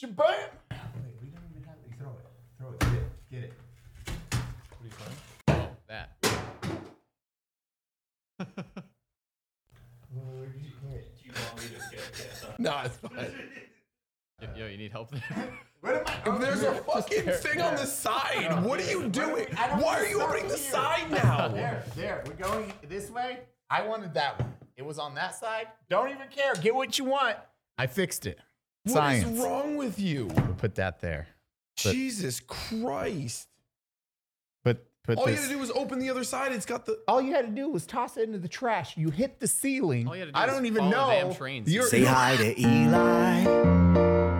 Jabam! Wait, we don't even have to throw it. Throw it. Get it. Get it. What are you playing? Oh, that. Well, where did you put it? Do you want me to get this up? No, it's fine. Yo, yo, you need help there? Where Oh, am I? If there's a here. fucking there, thing on the side, what are you doing? I don't Why want are to you stop opening the here. side now? Oh, There, there. We're going this way. I wanted that one. It was on that side. Don't even care. Get what you want. I fixed it. What is Science. wrong with you? Put that there. Jesus Christ. Put put All Oh, you this. had to do was open the other side. It's got the. all you had to do was toss it into the trash. You hit the ceiling. All you had to do I was don't even know. follow damn trains. You're- Say hi to Eli.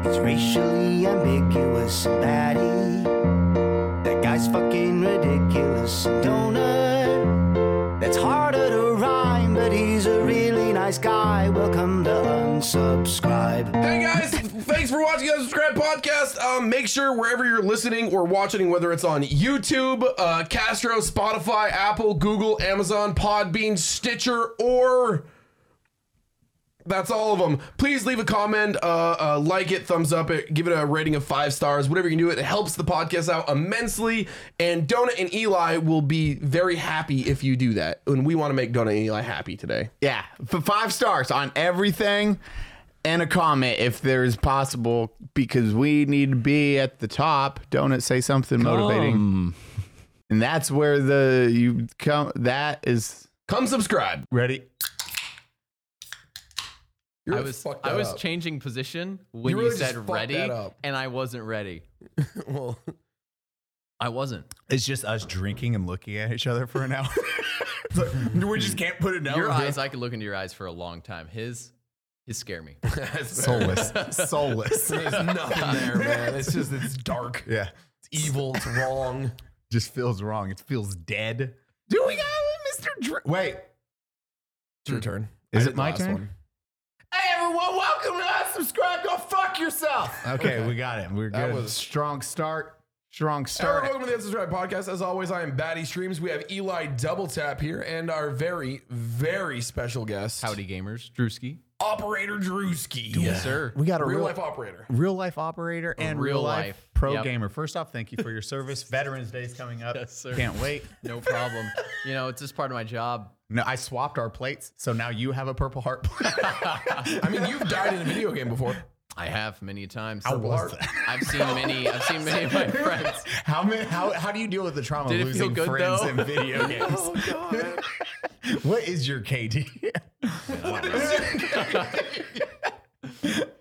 It's racially ambiguous and batty. That guy's fucking ridiculous and donut. That's harder to rhyme, but he's a really nice guy. Welcome to unsubscribe. Hey guys, thanks for watching the Subscribe Podcast. Um, make sure wherever you're listening or watching, whether it's on YouTube, uh, Castro, Spotify, Apple, Google, Amazon, Podbean, Stitcher, or that's all of them. Please leave a comment, uh, uh, like it, thumbs up it, give it a rating of five stars, whatever you can do. It helps the podcast out immensely. And Donut and Eli will be very happy if you do that. And we want to make Donut and Eli happy today. Yeah, for five stars on everything and a comment if there is possible because we need to be at the top. Don't it say something motivating? And that's where the you come that is Come subscribe. ready. I was fucked I that was up. changing position when you, really just said fucked ready, that up. and I wasn't ready. well, I wasn't. It's just us drinking and looking at each other for an hour. It's like, we just can't put it down. your eyes, I could look into your eyes for a long time. His, his scare me. soulless, soulless. There's nothing there, man. It's just it's dark. yeah, It's evil. It's wrong. just feels wrong. It feels dead. Do we got Mr. Dr- Wait, It's your turn. Hmm. Is I it did the my last turn? one. Hey everyone, welcome to Unsubscribe. Go fuck yourself. Okay, we got it. We're That good. was- strong start. Strong Hello, start. welcome to the Unsubscribe Podcast. As always, I am Batty Streams. We have Eli Double Tap here and our very, very special guest, Howdy gamers, Drewski. Operator Drewski. Yes, sir. We got a Real real, life operator. real life operator and real, real life, life. pro Yep. gamer. First off, thank you for your service. Veterans Day is coming up. Yes, sir. Can't wait. No problem. you know, it's just part of my job. No, I swapped our plates, so now you have a purple heart. I mean, you've died in a video game before. I have many times. How was Purple that? heart. I've seen many. I've seen many of my friends. how, many, how how do you deal with the trauma Did of it feel losing good, friends though? in video games? God. What is your KD?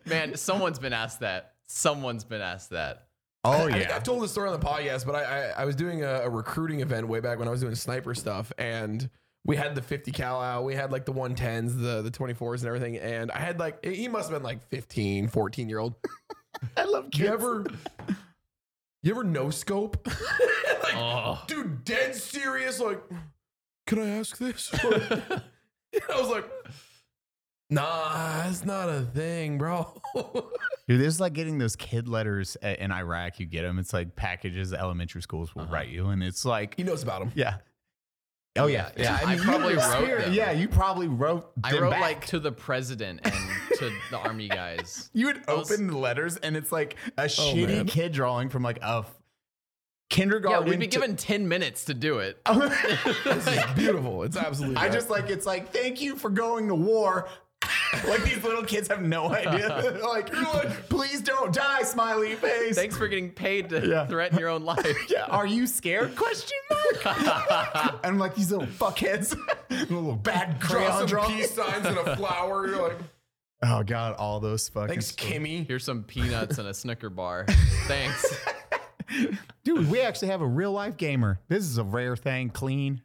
Man, someone's been asked that. Someone's been asked that. oh I think I've told this story on the podcast, but I, I, I was doing a, a recruiting event way back when I was doing sniper stuff, and we had the 50 cal out, we had like the 110s, the, the 24s, and everything. And I had like, he must have been like 15, 14 year old. I love You ever, you ever no scope? like, Oh, dude, dead serious. Like, can I ask this? I was like, nah, that's not a thing, bro. Dude, this is like getting those kid letters a- in Iraq. You get them. It's like packages that elementary schools will Uh-huh. write you, and it's like, he knows about him. yeah. Oh yeah, Yeah, yeah, I you probably were wrote scared. them. Yeah, you probably wrote. I them wrote back. like to the president and to the army guys. you would I was- open the letters, and it's like a shitty man. kid drawing from like a f- Yeah, kindergarten. we'd be to- given ten minutes to do it. This is beautiful. It's absolutely. I right. just like it's like thank you for going to war. like these little kids have no idea. like, please don't die, smiley face. Thanks for getting paid to Yeah. threaten your own life. Yeah. Are you scared? Question mark. and like these little fuckheads, little bad draw crayon some drawings. peace signs and a flower. You're like, Oh god, all those fucking. thanks, Kimmy. Here's some peanuts and a Snicker bar. Thanks. Dude, we actually have a real life gamer. This is a rare thing. Clean,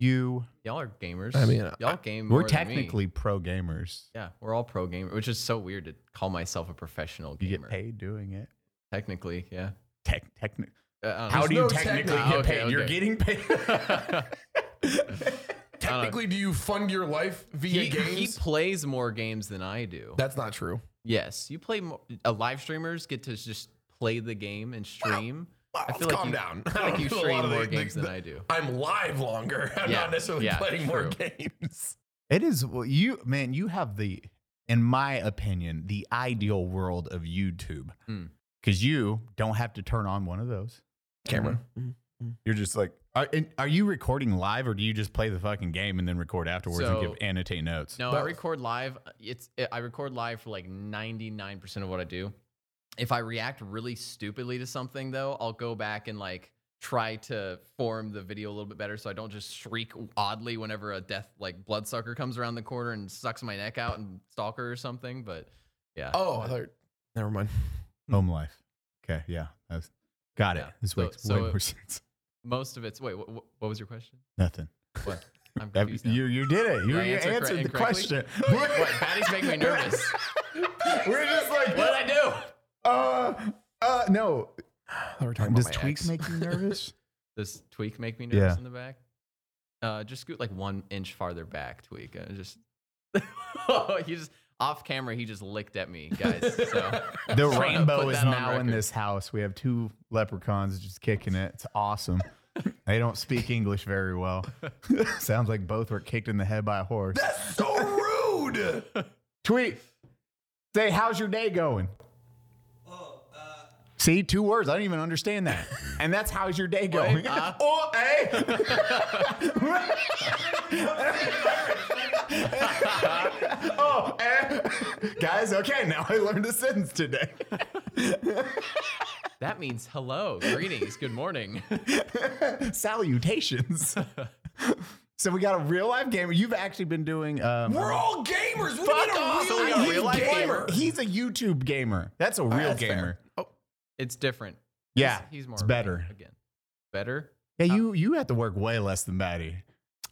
you. Y'all are gamers. I mean, y'all game. We're more than me. technically pro gamers. Yeah, we're all pro gamers, which is so weird to call myself a professional You gamer. get paid doing it. Technically, yeah. Tech, technic. Uh, I don't How know. do you no technically technic- get okay, paid? You're okay. getting paid. Technically, do you fund your life via he, games? he plays more games than I do. That's not true. yes, you play. More, uh, live streamers get to just play the game and stream. I feel like calm you, down. I feel I like don't you do a lot stream of the- more the- games the- than I do. I'm live longer. I'm Yeah, not necessarily yeah, playing more true. games. It is well, you man, you have the in my opinion, the ideal world of YouTube. Hmm. Because you don't have to turn on one of those. Camera. You're just like, are, and are you recording live or do you just play the fucking game and then record afterwards and So- give annotate notes? No, I record live. uh, It's eh, I record live for like 99% of what I do. If I react really stupidly to something though, I'll go back and like try to form the video a little bit better so I don't just shriek oddly whenever a death like bloodsucker comes around the corner and sucks my neck out and stalker or something, but yeah. Oh, I thought. Never mind. Home life. Okay. Yeah. That's, got it. Yeah. This So- makes so way it- more sense. Most of it's Wait, what, what was your question? Nothing. What? I'm That- confused. now. you, you did it. You, I you answer correct- answered the incorrectly? question. what? Patties make me nervous. We're just like, what did I do? uh, uh, no. We're talking Does about my tweaks ex. make you nervous? Does tweak make me nervous Yeah. in the back? Uh, just scoot like one inch farther back, tweak. Uh, just he just off camera, he just licked at me, guys. So The wanna rainbow put is that on now in record. this house. We have two leprechauns just kicking it. It's awesome. they don't speak English very well. Sounds like both were kicked in the head by a horse. That's so rude. Tweet. Say, how's your day going? See, two words. I don't even understand that. And that's how's your day going? uh, oh, hey. oh, eh. Guys, okay, now I learned a sentence today. that means hello, greetings, good morning. Salutations. so we got a real life gamer. You've actually been doing. Um, We're all gamers. We need a off, real, so we got a real real life gamer. He's a YouTube gamer. That's a real that's fair. gamer. It's different. Yeah, he's, he's more it's better. again. Better? Yeah, you you have to work way less than Batty.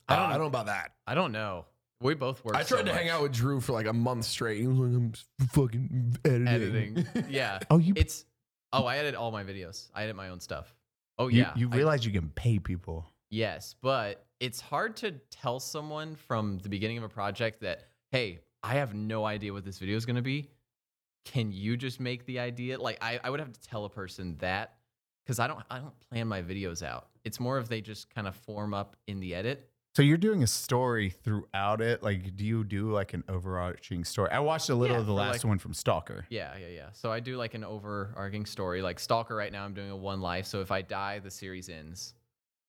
I don't, I don't know about that. I don't know. We both work. I tried so to hang much. out with Drew for like a month straight. He was like, "I'm s- fucking editing." editing. yeah. Oh, you It's oh, I edit all my videos. I edit my own stuff. Oh you, yeah. you I- realize you can pay people. Yes, but it's hard to tell someone from the beginning of a project that, hey, I have no idea what this video is going to be. Can you just make the idea? Like, I, I would have to tell a person that because I don't, I don't plan my videos out. It's more of they just kind of form up in the edit. So you're doing a story throughout it. Like, do you do like an overarching story? I watched a little Yeah, of the for, last like- one from Stalker. Yeah, yeah, yeah. So I do like an overarching story. Like Stalker right now, I'm doing a one life. So if I die, the series ends,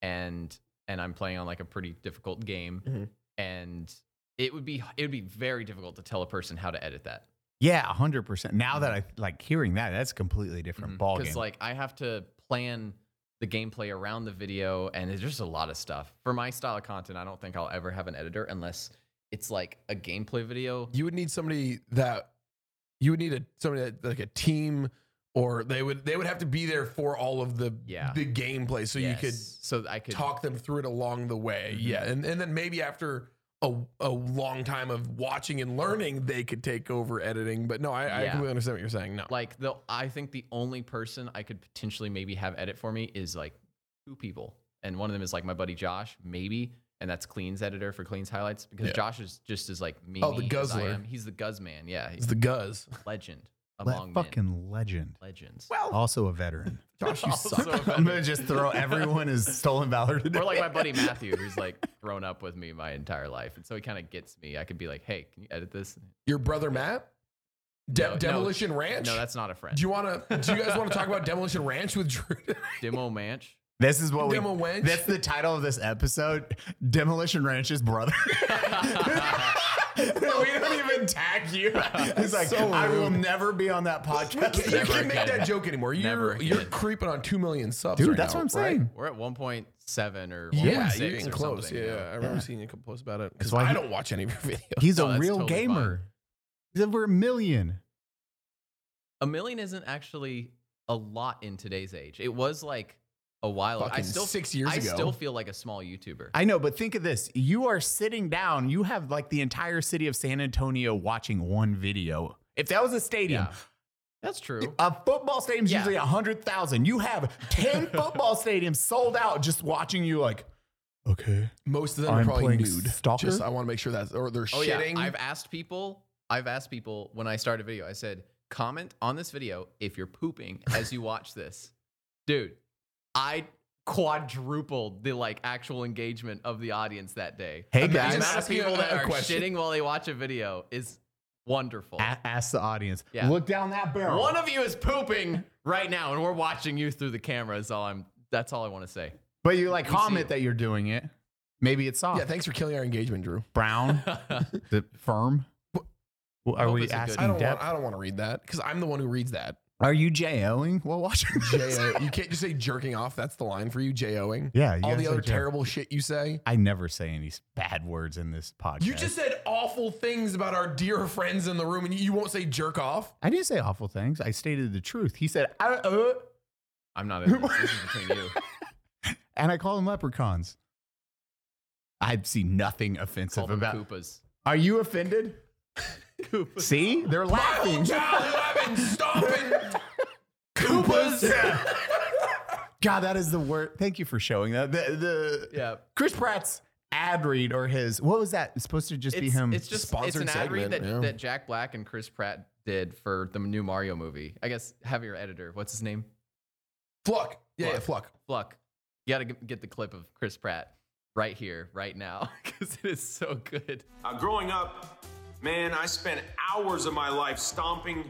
and and I'm playing on like a pretty difficult game, Mhm. and it would be it would be very difficult to tell a person how to edit that. Yeah, hundred percent. Now that I like hearing that, that's a completely different Mm-hmm. ball game. Because Mm-hmm. like I have to plan the gameplay around the video, and there's just a lot of stuff. For my style of content, I don't think I'll ever have an editor unless it's like a gameplay video. You would need somebody that you would need a somebody that, like a team, or they would they would have to be there for all of the Yeah. the gameplay, so you could so I could Mm-hmm. talk them through it along the way. Yeah, and and then maybe after a a long time of watching and learning, they could take over editing. But no, I, I Yeah. completely understand what you're saying. No, like the I think the only person I could potentially maybe have edit for me is like two people, and one of them is like my buddy Josh, maybe, and that's Clean's editor for Clean's highlights because Yeah. Josh is just as like me. Oh, the as I guzzler. am. He's the guzz man. Yeah, it's he's the Guz. a legend Le- among men. fucking legend. legends. Also a veteran. Josh, you Also suck. a veteran. I'm gonna just throw everyone is stolen valor today. Or like my buddy Matthew, who's like grown up with me my entire life, and so he kind of gets me. I could be like, "Hey, can you edit this?" Your brother Matt, De- No, no. Demolition Ranch. No, that's not a friend. Do you want to? Do you guys want to talk about Demolition Ranch with Drew? Demo Manch. This is what Demo we. wench? That's the title of this episode: Demolition Ranch's brother. we don't even tag you. It's like I will never be on that podcast. you can't again. make that joke anymore. Never You're again. you're creeping on two million subs, Dude, right that's now, what I'm right? saying. We're at one point seven or Yeah, 1.6 you're getting or close. Yeah, something, you know? I remember seeing you post about it. Because why I he- don't watch any of your videos. He's No, a that's real totally gamer. fine. He's over a million. a million isn't actually a lot in today's age. It was like a while. ago. I Fucking still six years I ago. still feel like a small YouTuber. I know, but think of this: you are sitting down. You have like the entire city of San Antonio watching one video. If that was a stadium, yeah, that's true. A football stadium's Yeah. usually a hundred thousand. You have ten football stadiums sold out just watching you. Like, okay, Most of them are I'm probably playing nude. Stalker? Just I want to make sure that's or they're Oh yeah, shitting. I've asked people. I've asked people when I start a video. I said, comment on this video if you're pooping as you watch this, dude. I quadrupled the like actual engagement of the audience that day. hey Imagine The Just guys, amount of ask me people a- that a are question. shitting while they watch a video is Wonderful. A- ask the audience. Yeah. Look down that barrel. One of you is pooping right now, and we're watching you through the camera. Is all I'm. That's all I want to say. but you like see comment it. that you're doing it. Maybe it's soft. Yeah, thanks for killing our engagement, Drew. Brown. the firm. Well, Are hope we it's a good- I asking don't want, depth? I don't want to read that because I'm the one who reads that. Are you JOing while watching? this? J-O. you can't just say jerking off. That's the line for you, J-O-ing. Yeah, you All gotta the say other J-O. terrible shit you say. I never say any s- bad words in this podcast. You just said awful things about our dear friends in the room, and you won't say jerk off. I didn't say awful things. I stated the truth. He said, "I don't- uh," I'm not. In this. this is between you. and I call them leprechauns. I see nothing offensive Call them about. Koopas. Are you offended? See, they're laughing. Childhood, I've been stomping Koopas. God, that is the word. Thank you for showing that. The, the Yeah. Chris Pratt's ad read or his what was that? It's supposed to just be him. It's just Sponsored it's an ad read segment, that, yeah. that Jack Black and Chris Pratt did for the new Mario movie. I guess have your editor. What's his name? Fluck. Yeah, yeah, Fluck. Fluck. You got to get the clip of Chris Pratt right here, right now, because it is so good. Uh, growing up, man, I spent hours of my life stomping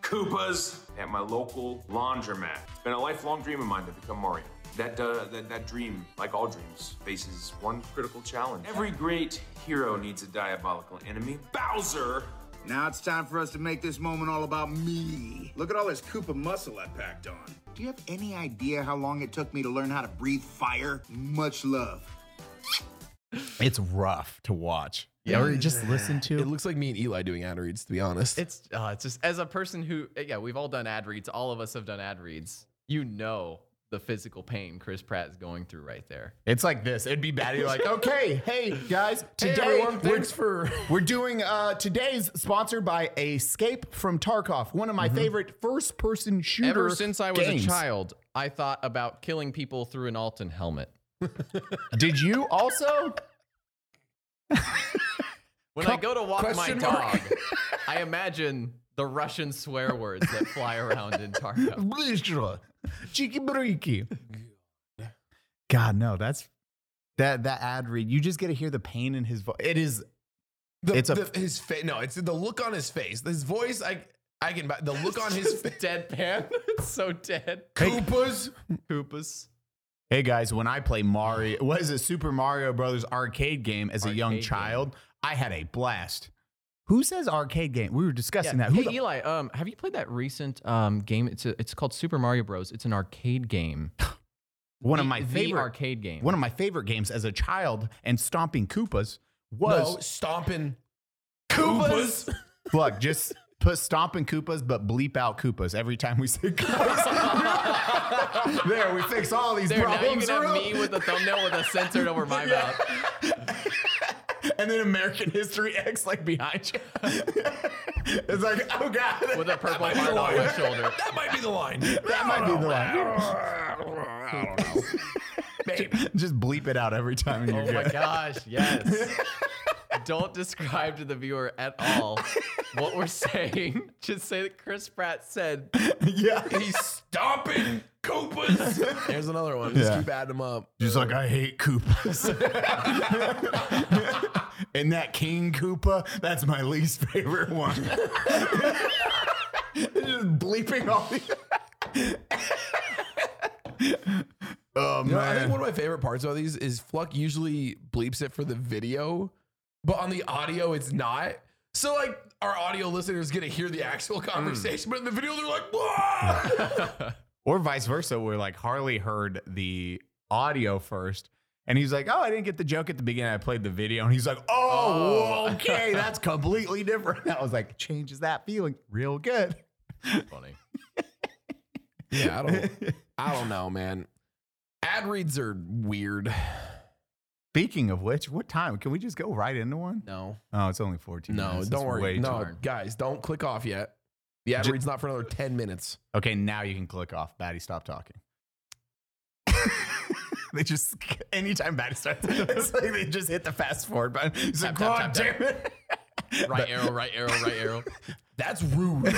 Koopas at my local laundromat. It's been a lifelong dream of mine to become Mario. That, uh, that, that dream, like all dreams, faces one critical challenge. Every great hero needs a diabolical enemy. Bowser Now it's time for us to make this moment all about me. Look at all this Koopa muscle I packed on. Do you have any idea how long it took me to learn how to breathe fire? Much love. it's rough to watch. Yeah, or just listen to. It looks like me and Eli doing ad reads, to be honest. It's uh, it's just as a person who uh, yeah, we've all done ad reads. All of us have done ad reads. You know the physical pain Chris Pratt is going through right there. It's like this. It'd be bad. You're like, okay, hey guys, today everyone, we're, thanks for- we're doing uh, today's sponsored by Escape from Tarkov, one of my favorite first-person shooter. Mm-hmm. Ever since I was games. a child, I thought about killing people through an Alton helmet. did you also? When I go to walk my question mark? dog, I imagine the Russian swear words that fly around in Tarkov. Cheeky breaky. God, no, that's that that ad read. You just get to hear the pain in his voice. It is The, it's a- the- his face. No, it's the look on his face. His voice. I I can. The look on his face. Deadpan. It's so dead. Koopas. Koopas. Hey guys, when I play Mario, what is it, Super Mario Brothers arcade game as a young Arcade child? I had a blast. Who says arcade game? We were discussing that. Who Hey the- Eli, um, have you played that recent um game? It's a, it's called Super Mario Bros. It's an arcade game. one of The- my the favorite arcade game. One of my favorite games as a child and stomping Koopas was No, stomping. Koopas. look just put stomping Koopas but bleep out Koopas every time we say Koopas. there, we fix all these There, now you problems. can have real- me with a thumbnail with a censored over my mouth. and then American History X like behind you. it's like, oh god, With a purple heart on my shoulder. That might be the line. that might be the line. I don't know. Maybe. Just bleep it out every time. and you're Oh my good. gosh, yes. Don't describe to the viewer at all what we're saying. Just say that Chris Pratt said yeah. He's stomping Koopas. There's another one. Just Yeah. keep adding them up. Just like I hate Koopas. and that King Koopa, that's my least favorite one. Just bleeping all the. oh You know, I think man. one of my favorite parts about these is Fluck usually bleeps it for the video, but on the audio it's not. So like our audio listeners get to hear the actual conversation, but in the video they're like, "Whoa!" or vice versa, where like Harley heard the audio first. And he's like, "Oh, I didn't get the joke at the beginning. I played the video." And he's like, "Oh, Oh. okay, that's completely different." I was like, "Changes that feeling real good." funny. yeah, I don't, I don't know, man. Ad reads are weird. Speaking of which, what time can we just go right into one? No, Oh, it's only 14. no, minutes. It's don't way worry. No, too- guys, don't click off yet. The ad Ju- read's not for another ten minutes. Okay, now you can click off. Batty, stop talking. they just, anytime Batty starts, it's like they just hit the fast forward button. It's like, Tap, God tap, tap, damn it. Right arrow, right arrow, right arrow. That's rude.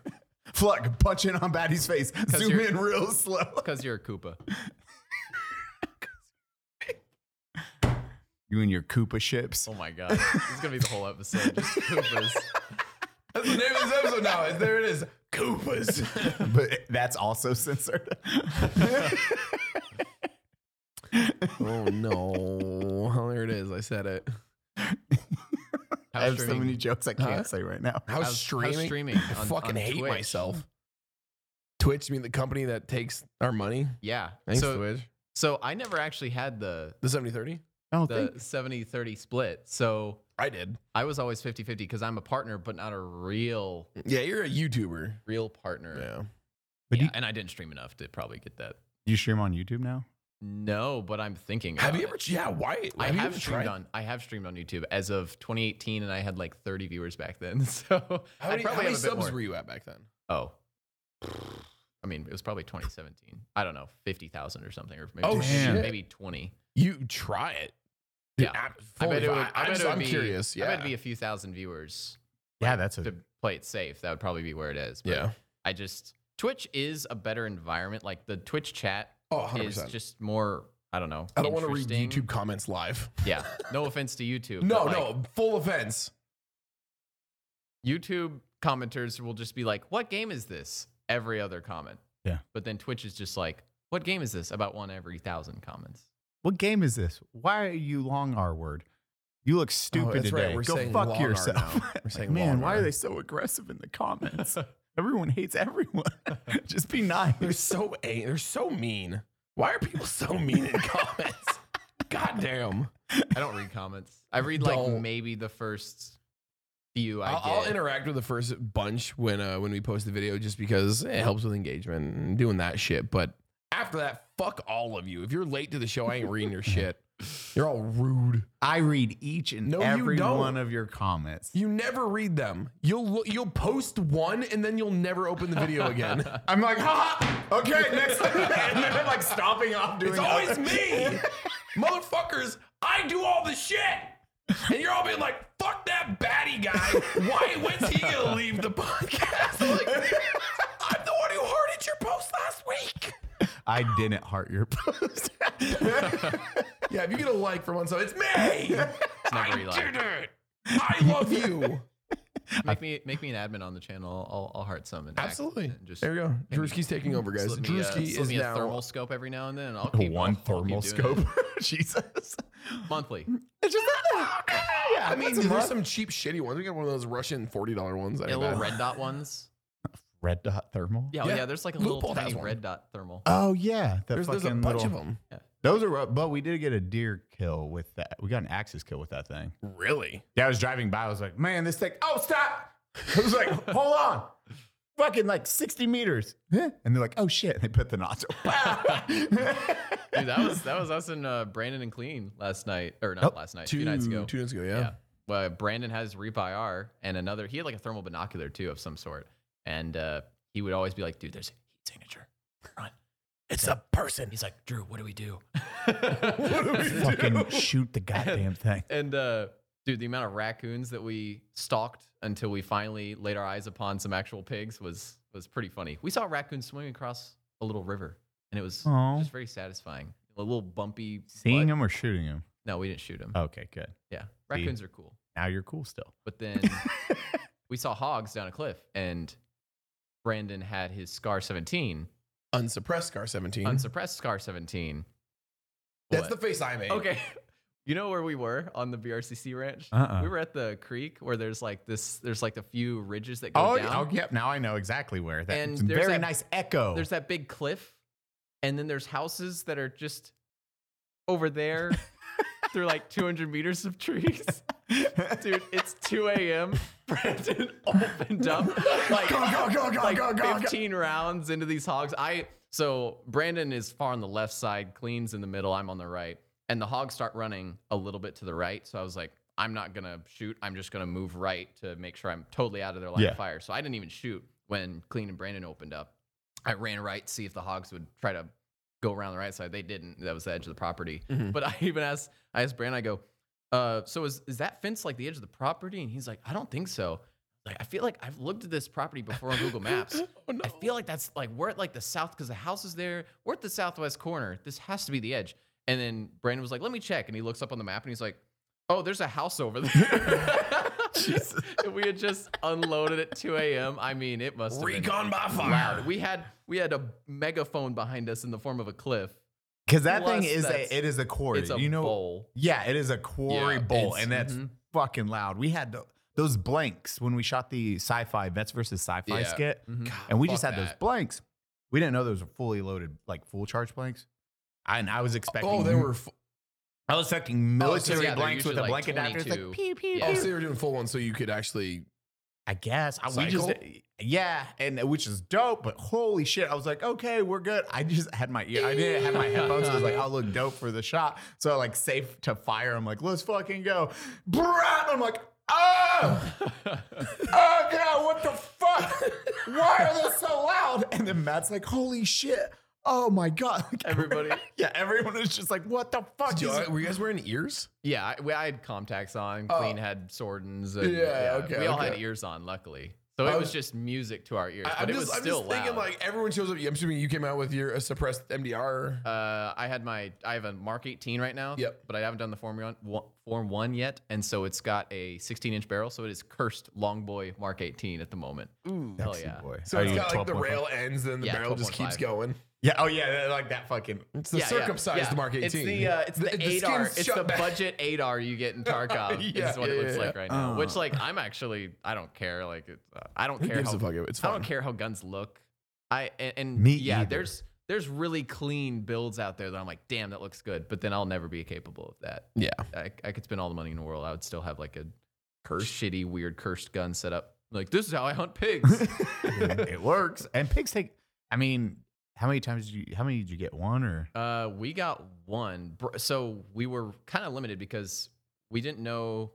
Fluck, punch in on Batty's face. Zoom you're- in real slow. Because you're a Koopa. You and your Koopa ships. Oh my god, this is gonna be the whole episode. Just Koopas. That's the name of this episode now. is There it is. Koopas. But that's also censored. oh no. Oh, There it is. I said it. I have so streaming? many jokes I can't Huh? say right now. How's, How's- how's streaming? streaming I on- fucking on hate Twitch? myself. Twitch, you mean the company that takes our money? Yeah. Thanks, so Twitch. so I never actually had the The 70 30? Oh, the 70-30 split. So I did. I was always 50-50 because I'm a partner, but not a real Yeah, you're a YouTuber. real partner. Yeah. But Yeah, you- and I didn't stream enough to probably get that. you stream on YouTube now? No, but I'm thinking. Have about you it. ever? Yeah, why? I you have ever streamed tried- on I have streamed on YouTube as of 2018, and I had like 30 viewers back then. So How many, I how many probably have a bit subs more. were you at back then? Oh, I mean, it was probably 2017. I don't know, 50,000 or something, or maybe, Oh, maybe, shit. maybe 20. You try it. Yeah. I, I bet it would. I, I bet it would am be, curious. Yeah. I bet it'd be a few thousand viewers Yeah, that's to a play it safe. That would probably be where it is. But yeah. I just Twitch is a better environment. Like the Twitch chat Oh, 100%. is just more. I don't know. I don't want to read interesting. YouTube comments live. Yeah. No offense to YouTube. No, but, like, Oh, no. Full offense. YouTube commenters will just be like, "What game is this?" Every other comment. Yeah. But then Twitch is just like, "What game is this?" About one every thousand comments. What game is this? Why are you long R word? You look stupid that's right. today. We're Go saying long fuck R yourself. now. We're Like, saying man, long why R." are they so aggressive in the comments? everyone hates everyone. Just be They're nice. so a- they're so mean. Why are people so mean in comments? God damn. I don't read comments. I read like Don't. maybe the first few I I'll, I'll get. interact with the first bunch when uh, when we post the video just because it helps with engagement and doing that shit. But after that, fuck all of you. If you're late to the show, I ain't reading your shit. You're all rude. I read each and No, you every don't. one of your comments. You never read them. You'll look, you'll post one and then you'll never open the video again. I'm like, ha ha. Okay, next. and then I'm like stopping off doing. It's always me, motherfuckers. I do all the shit, and you're all being like, "Fuck that batty guy. Why? When's he gonna leave the podcast?" I'm, like, I'm the one who hearted your post last week. I didn't heart your post. Yeah, if you get a like from one side, it's me. It's never I really like- did it. I love you. make me make me an admin on the channel. I'll, I'll heart some and act and just there you go. Drewski's taking over, guys. slip me, uh, Drewski slip is me a now. thermal scope every now and then. And I'll keep one I'll- I'll keep thermal doing scope. it Jesus. monthly. It's just yeah. I mean, there's some cheap, shitty ones. We got one of those Russian forty dollar ones. that Yeah, are little bad. red dot ones. red dot thermal. Yeah, oh, Yeah. yeah. There's like a Loophole little has tiny one. red dot thermal. Oh yeah, the There's, fucking there's a bunch little, of them. Those are, rough, but we did get a deer kill with that. We got an axis kill with that thing. Really? Yeah, I was driving by. I was like, man, this thing. Oh, stop! I was like, hold on, fucking like sixty meters. Huh? And they're like, oh shit! And they put the nozzle. Dude, that was that was us and uh, Brandon and Clean last night, or not Nope. last night, two, nights ago. Oh, Two nights ago. yeah. Well, Brandon has Reap IR and another. He had like a thermal binocular too of some sort, and uh, he would always be like, "Dude, there's a heat signature. Run!" It's a person. He's like, "Drew, what do we do?" fucking shoot the goddamn thing. and uh, dude, the amount of raccoons that we stalked until we finally laid our eyes upon some actual pigs was was pretty funny. We saw raccoons swimming across a little river, and it was Aw. just very satisfying. A little bumpy. Seeing but- him Oh. or shooting him? No, we didn't shoot him. Okay, good. Yeah, raccoons are cool. Now you're cool still. But then we saw hogs down a cliff, and Brandon had his Scar 17, Unsuppressed Scar Mm-hmm. 17. unsuppressed Scar 17. That's the What? face I made. okay. You know where we were on the BRCC ranch? Uh-uh. We were at the creek where there's like this, there's like a few ridges that go Oh, yeah. down. oh, yep. Now I know exactly where. That And there's very that- nice echo. There's that big cliff, and then there's houses that are just over there through like 200 meters of trees. Dude, it's 2 a.m. Brandon opened up like, Go, go, go, go, like go, go, go. 15 rounds into these hogs. I so Brandon is far on the left side, cleans in the middle, I'm on the right. And the hogs start running a little bit to the right. So I was like, I'm not gonna shoot. I'm just gonna move right to make sure I'm totally out of their line Yeah. of fire. So I didn't even shoot when Clean and Brandon opened up. I ran right to see if the hogs would try to go around the right side. They didn't. That was the edge of the property. But I even asked, I asked Brandon, I go, uh, so is, is that fence like the edge of the property? And he's like, I don't think so. Like, I feel like I've looked at this property before on Google Maps. Oh, I feel like that's like we're at like the south because the house is there. We're at the southwest corner. This has to be the edge. And then Brandon was like, "Let me check." And he looks up on the map and he's like, "Oh, there's a house over there." And we had just unloaded at 2 a.m. I mean, it must have been Recon by fire. loud. We had we had a megaphone behind us in the form of a cliff. Because that Plus, thing is that's- a it is a quarry. It's a you know, bowl. yeah, it is a quarry Yeah, bowl, it's- and that's mhm. fucking loud. We had the, those blanks when we shot the sci-fi vets versus sci-fi Yeah, skit, mhm. and we just fuck had those that. blanks. We didn't know those were fully loaded, like full charge blanks. I, and I was expecting. Oh, they were. F- I was expecting military Oh, yeah, they're blanks with a usually, blank like, adapter. It's like 22. pew, pew, Yeah. Oh, pew. so they were doing full ones, so you could actually. I guess I, we just eh, Cycle? yeah, and which is dope. But holy shit, I was like, okay, we're good. I just had my ear, I didn't have my headphones. I was like, I'll look dope for the shot. So like, safe to fire. I'm like, let's fucking go, Brad. I'm like, oh, oh god, what the fuck? Why are they so loud? And then Matt's like, holy shit. Oh my god! Like, Everybody- yeah, everyone is just like, "What the fuck?" Do is- I- were you guys wearing ears? Yeah, I, we, I had contacts on. Clean had swordens. And, Yeah, okay, We all had okay. ears on, luckily. So I it was was- just music to our ears, I- but it was still loud. thinking like everyone shows up. I'm assuming you came out with your uh, suppressed MDR. uh, I had my I have a Mark 18 right now. Yep. But I haven't done the form one, one- form one yet, and so it's got a 16 inch barrel, so it is cursed Longboy Mark 18 at the moment. Ooh, hell Oh, yeah. so it's Are you got like the 12.5? rail ends and the Yeah, barrel just keeps 12.5. going. Yeah. Oh yeah. Like that fucking. It's the Yeah, yeah, circumcised yeah. Mark 18. It's the uh, it's the, The- the 8R. skin's It's shut the back. budget 8R you get in Tarkov. Yeah, is what yeah, it looks yeah, like yeah. right now. Oh. Which like I'm actually I don't care. Like it, uh, I don't care gives how a fuck? It's I don't fine. care how guns look. I and, and Me yeah. either. There's there's really clean builds out there that I'm like, damn, that looks good. But then I'll never be capable of that. Yeah. I, I could spend all the money in the world. I would still have like a cursed, shitty, weird cursed gun set up. Like this is how I hunt pigs. it works. And pigs take. I mean, how many times did you? How many did you get? One or Uh, we got one. Br- So we were kind of limited because we didn't know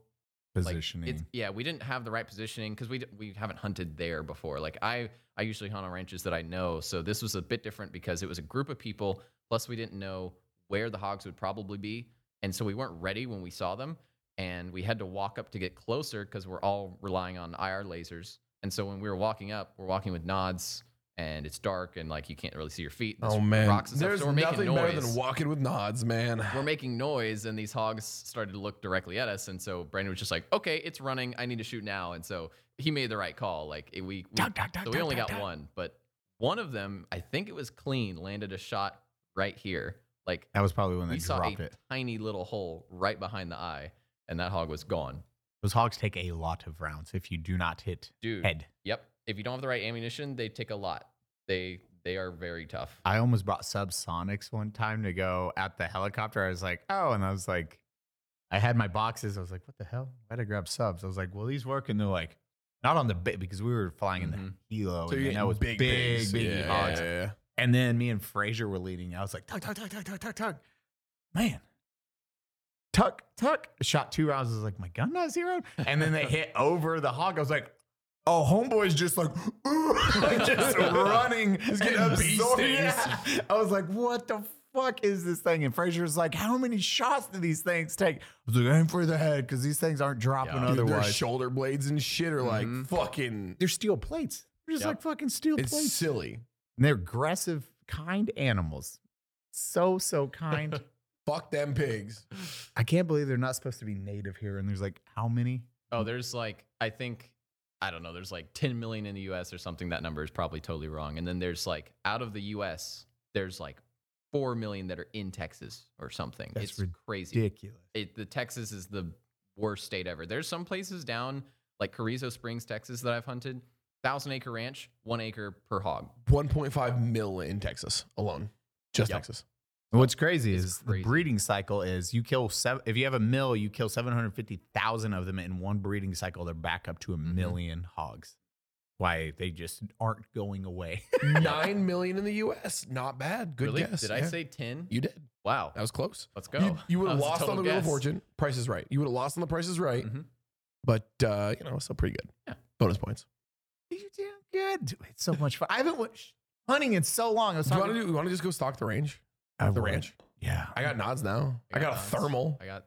like, it's- yeah, we didn't have the right positioning because we d- we haven't hunted there before. Like I I usually hunt on ranches that I know, so this was a bit different because it was a group of people. Plus, we didn't know where the hogs would probably be, and so we weren't ready when we saw them, and we had to walk up to get closer because we're all relying on IR lasers. And so when we were walking up, we're walking with nods, and it's dark, and like you can't really see your feet. and oh there's man, rocks and stuff, there's so we're making nothing better than noise Oh, walking with nods, man. we're making noise and these hogs started to look directly at us and so brandon was just like okay it's running i need to shoot now and so he made the right call like it- we, we so we only got one but one of them i think it was clean landed a shot right here like That was probably when they we saw a dropped it. tiny little hole right behind the eye and that hog was gone Those hogs take a lot of rounds if you do not hit dude head. yep if you don't have the right ammunition they take a lot they they are very tough I almost brought subsonics one time to go at the helicopter. I was like, oh, and I was like, I had my boxes. I was like, what the hell? I had to grab subs. I was like, well, these work, and they're like, not on the bit because we were flying in Mhm. the helo, So and you're that getting was big, big, pigs. big yeah, hogs. Yeah, yeah, yeah. And then me and Frazier were leading. I was like, tuck, tuck, tuck, tuck, tuck, tuck, tuck. Man. Tuck, tuck. Shot two rounds. I was like, my gun not zeroed. And then they hit over the hog. I was like, oh, homeboy's just like, "Ooh," like, just running. He's getting bee stings. I was like, what the fuck is this thing? And Frazier's like, how many shots do these things take? I was like, aim for the head because these things aren't dropping Yeah. Dude, their otherwise. shoulder blades and shit are like Mhm. fucking. They're steel plates. They're just Yep. like fucking steel It's plates. silly. And they're aggressive, kind animals. So, so kind. Fuck them pigs. I can't believe they're not supposed to be native here. And there's like how many? Mm. Oh, there's like I think I don't know. There's like 10 million in the U.S. or something. That number is probably totally wrong. And then there's like out of the U.S. There's like four million that are in Texas or something. That's it's crazy. Ridiculous. It, the Texas is the worst state ever. There's some places down like Carrizo Springs, Texas, that I've hunted. Thousand acre ranch, one acre per hog. 1.5 mil in Texas alone, just Yep. Texas. What's crazy It's is crazy. the breeding cycle is you kill seven. If you have a mill, you kill seven hundred fifty thousand of them in one breeding cycle. They're back up to a million hogs. Why they just aren't going away? Nine million in the U.S. Not bad. Good really? guess. Did I yeah. say 10? you did? wow. That was close. Let's go. You, you would That have was a lost on total the Wheel of guess. Fortune. Price is right. You would have lost on the Price is Right, Mhm. but uh, you know, still pretty good. Yeah. Bonus points. You're doing good. Dude, It's so much fun. I haven't wa- hunting in so long. I was Do you talking want to do? You want to just go stock the range? I the would. ranch. Yeah. I got nods now. I got, a odds. thermal. I got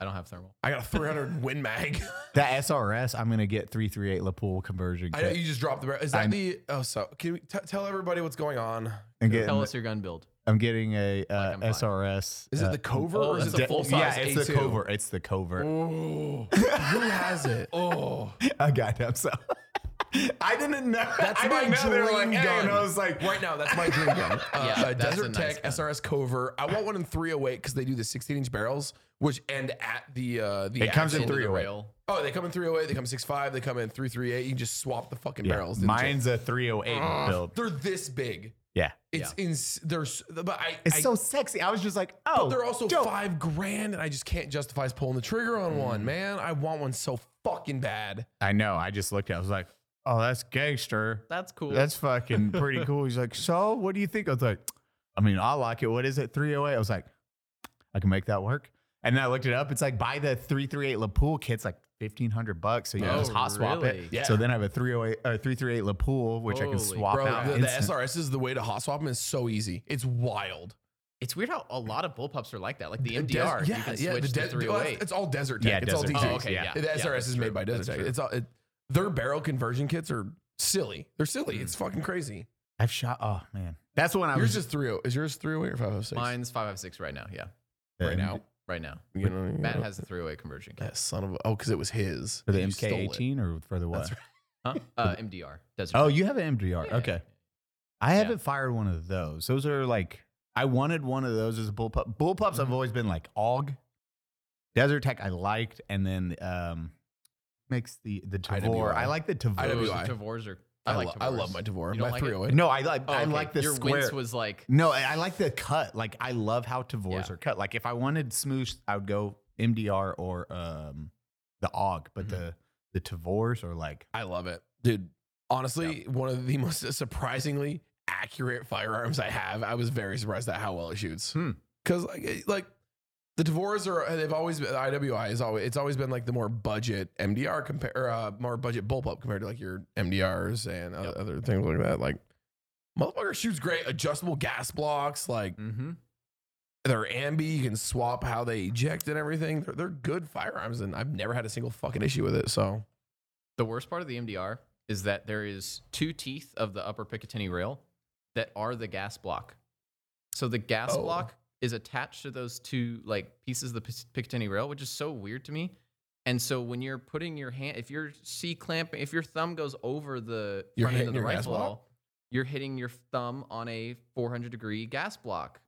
I don't have thermal. I got a 300 Win Mag. That SRS, I'm gonna get three three eight Lapool conversion I know kit you just dropped the. Bar- Is that I'm- the? Oh, so can we t- tell everybody what's going on? and get, Tell us your gun build. I'm getting a uh, I'm fine. SRS. Is uh, it the cover oh, or is it it's the a full yeah, size? it's the A2? covert. It's the covert. Oh, who has it? Oh, I got him. So I didn't know. that's I my didn't know dream they were like, hey, gun. and I was like, right now, that's my dream gun. Uh, Yeah, a that's a Desert nice Tech gun. SRS Cover. I want one in 308 because they do the 16 inch barrels, which end at the uh, the. It comes in axle. Into the 308. rail. Oh, they come in 308. They come in 6.5. They come in 338. You can just swap the fucking Yeah, barrels. mine's a 308 build. They're this big. Yeah. It's ins in. There's, but I. It's I, so sexy. I was just like, oh, But they're also dope. five grand, and I just can't justify pulling the trigger on Mm. one, man. I want one so fucking bad. I know. I just looked at. it. I was like, oh, that's gangster. That's cool. That's fucking pretty cool. He's like, so what do you think? I was like, I mean, I like it. What is it? 308. I was like, I can make that work. And then I looked it up. It's like buy the 338 Lapool kit. It's like 1500 bucks. So you Oh, just hot swap really? it. Yeah. So then I have a 308 or 338 Lapool, which I can Holy swap Bro, out. the, the instant- SRS is the way to hot swap them is so easy. It's wild. it's weird how a lot of bullpups are like that. Like the Des- MDR, you can switch the to Des- 308. It's all desert tech. Yeah, it's Desert all Tech. DJs. Oh, okay, yeah. The Yeah, SRS that's is true. made by Desert That's Tech. true. It's all it, their barrel conversion kits are silly. They're silly. Mm. It's fucking crazy. I've shot. Oh, man. That's when I was Yours is three oh. Is yours three oh eight or five oh six? Mine's 556 right now. Yeah. right now. Right now. You know, you Matt know. has the three way conversion kit. that son of a, oh, because it was his. For the You stole it. MK18 or for the what? That's Huh? Uh, MDR. Desert Oh, Tech. you have an MDR. Yeah. Okay. I Yeah. haven't fired one of those. Those are like I wanted one of those as a bullpup. Bullpups I've always been like og. Desert Tech I liked, and then um makes the the Tavor. IWI. I like the IWI. Tavor. I- Tavors are. I, I, like lo- Tavors. I love my Devor. You don't My like it? three oh eight. No, I like Oh, I okay. like the Your square. wince was like. no, I, I like the cut. Like I love how Tavors Yeah. are cut. Like if I wanted smoosh, I would go MDR or um the og, but the the Tavors are like I love it, dude. Honestly, one of the most surprisingly accurate firearms I have. I was very surprised at how well it shoots. Hmm. Because like, it- like the Tavoras are they've always been IWI is always it's always been like the more budget MDR compare uh, more budget bullpup compared to like your MDRs and o- other things like that. Like motherfucker shoots great adjustable gas blocks. Like Mm-hmm. they're ambi, you can swap how they eject and everything. They're, they're good firearms, and I've never had a single fucking issue with it. So The worst part of the MDR is that there is two teeth of the upper Picatinny rail that are the gas block. So the gas Oh. block is attached to those two like pieces of the Pic- Picatinny rail, which is so weird to me. And so when you're putting your hand, if your C clamp, if your thumb goes over the You're front end hitting of the your gas rifle, block? barrel, you're hitting your thumb on a 400 degree gas block.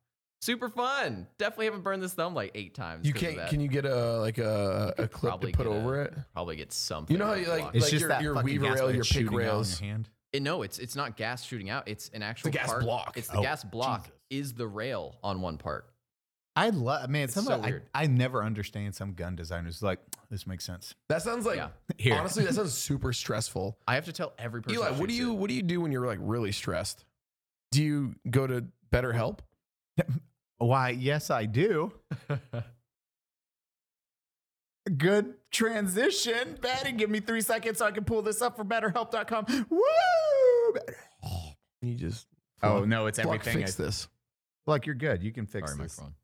Super fun. Definitely haven't burned this thumb like eight times. You can't. Can you get a like a, a clip to probably put get a- over it? probably get something? You know how on you, the like- block. it's like just your- that your fucking Weaver gas rail, blade your pick shooting out in rails. Your hand. It- no, it's it's not gas shooting out. It's an actual gas part- block. It's the Oh, gas block Jesus. is the rail on one part. I love, man. Some so of, I, weird. I never understand some gun designers. Like this makes sense. That sounds like Yeah. Here. honestly, that sounds super stressful. I have to tell every person. Eli, who what do shoots you it. what do you do when you're like really stressed? Do you go to better help? Why? Yes, I do. Good transition, Betty. Give me three seconds so I can pull this up for BetterHelp.com. Woo! You just Oh no, it's Fuck, everything. fix I- this. Fluck, you're good. You can fix Sorry, this. microphone.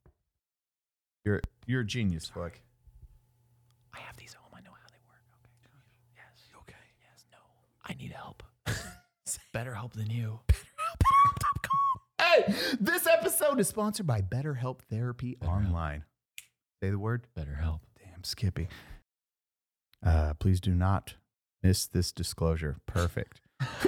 You're you're a genius, Fluck. I have these at home. I know how they work. Okay. Yes. You okay? Yes. No. I need help. Better help than you. Hey, this episode is sponsored by BetterHelp Therapy Online. Say the word. Better help. Damn, Skippy. Uh, please do not miss this disclosure. Perfect.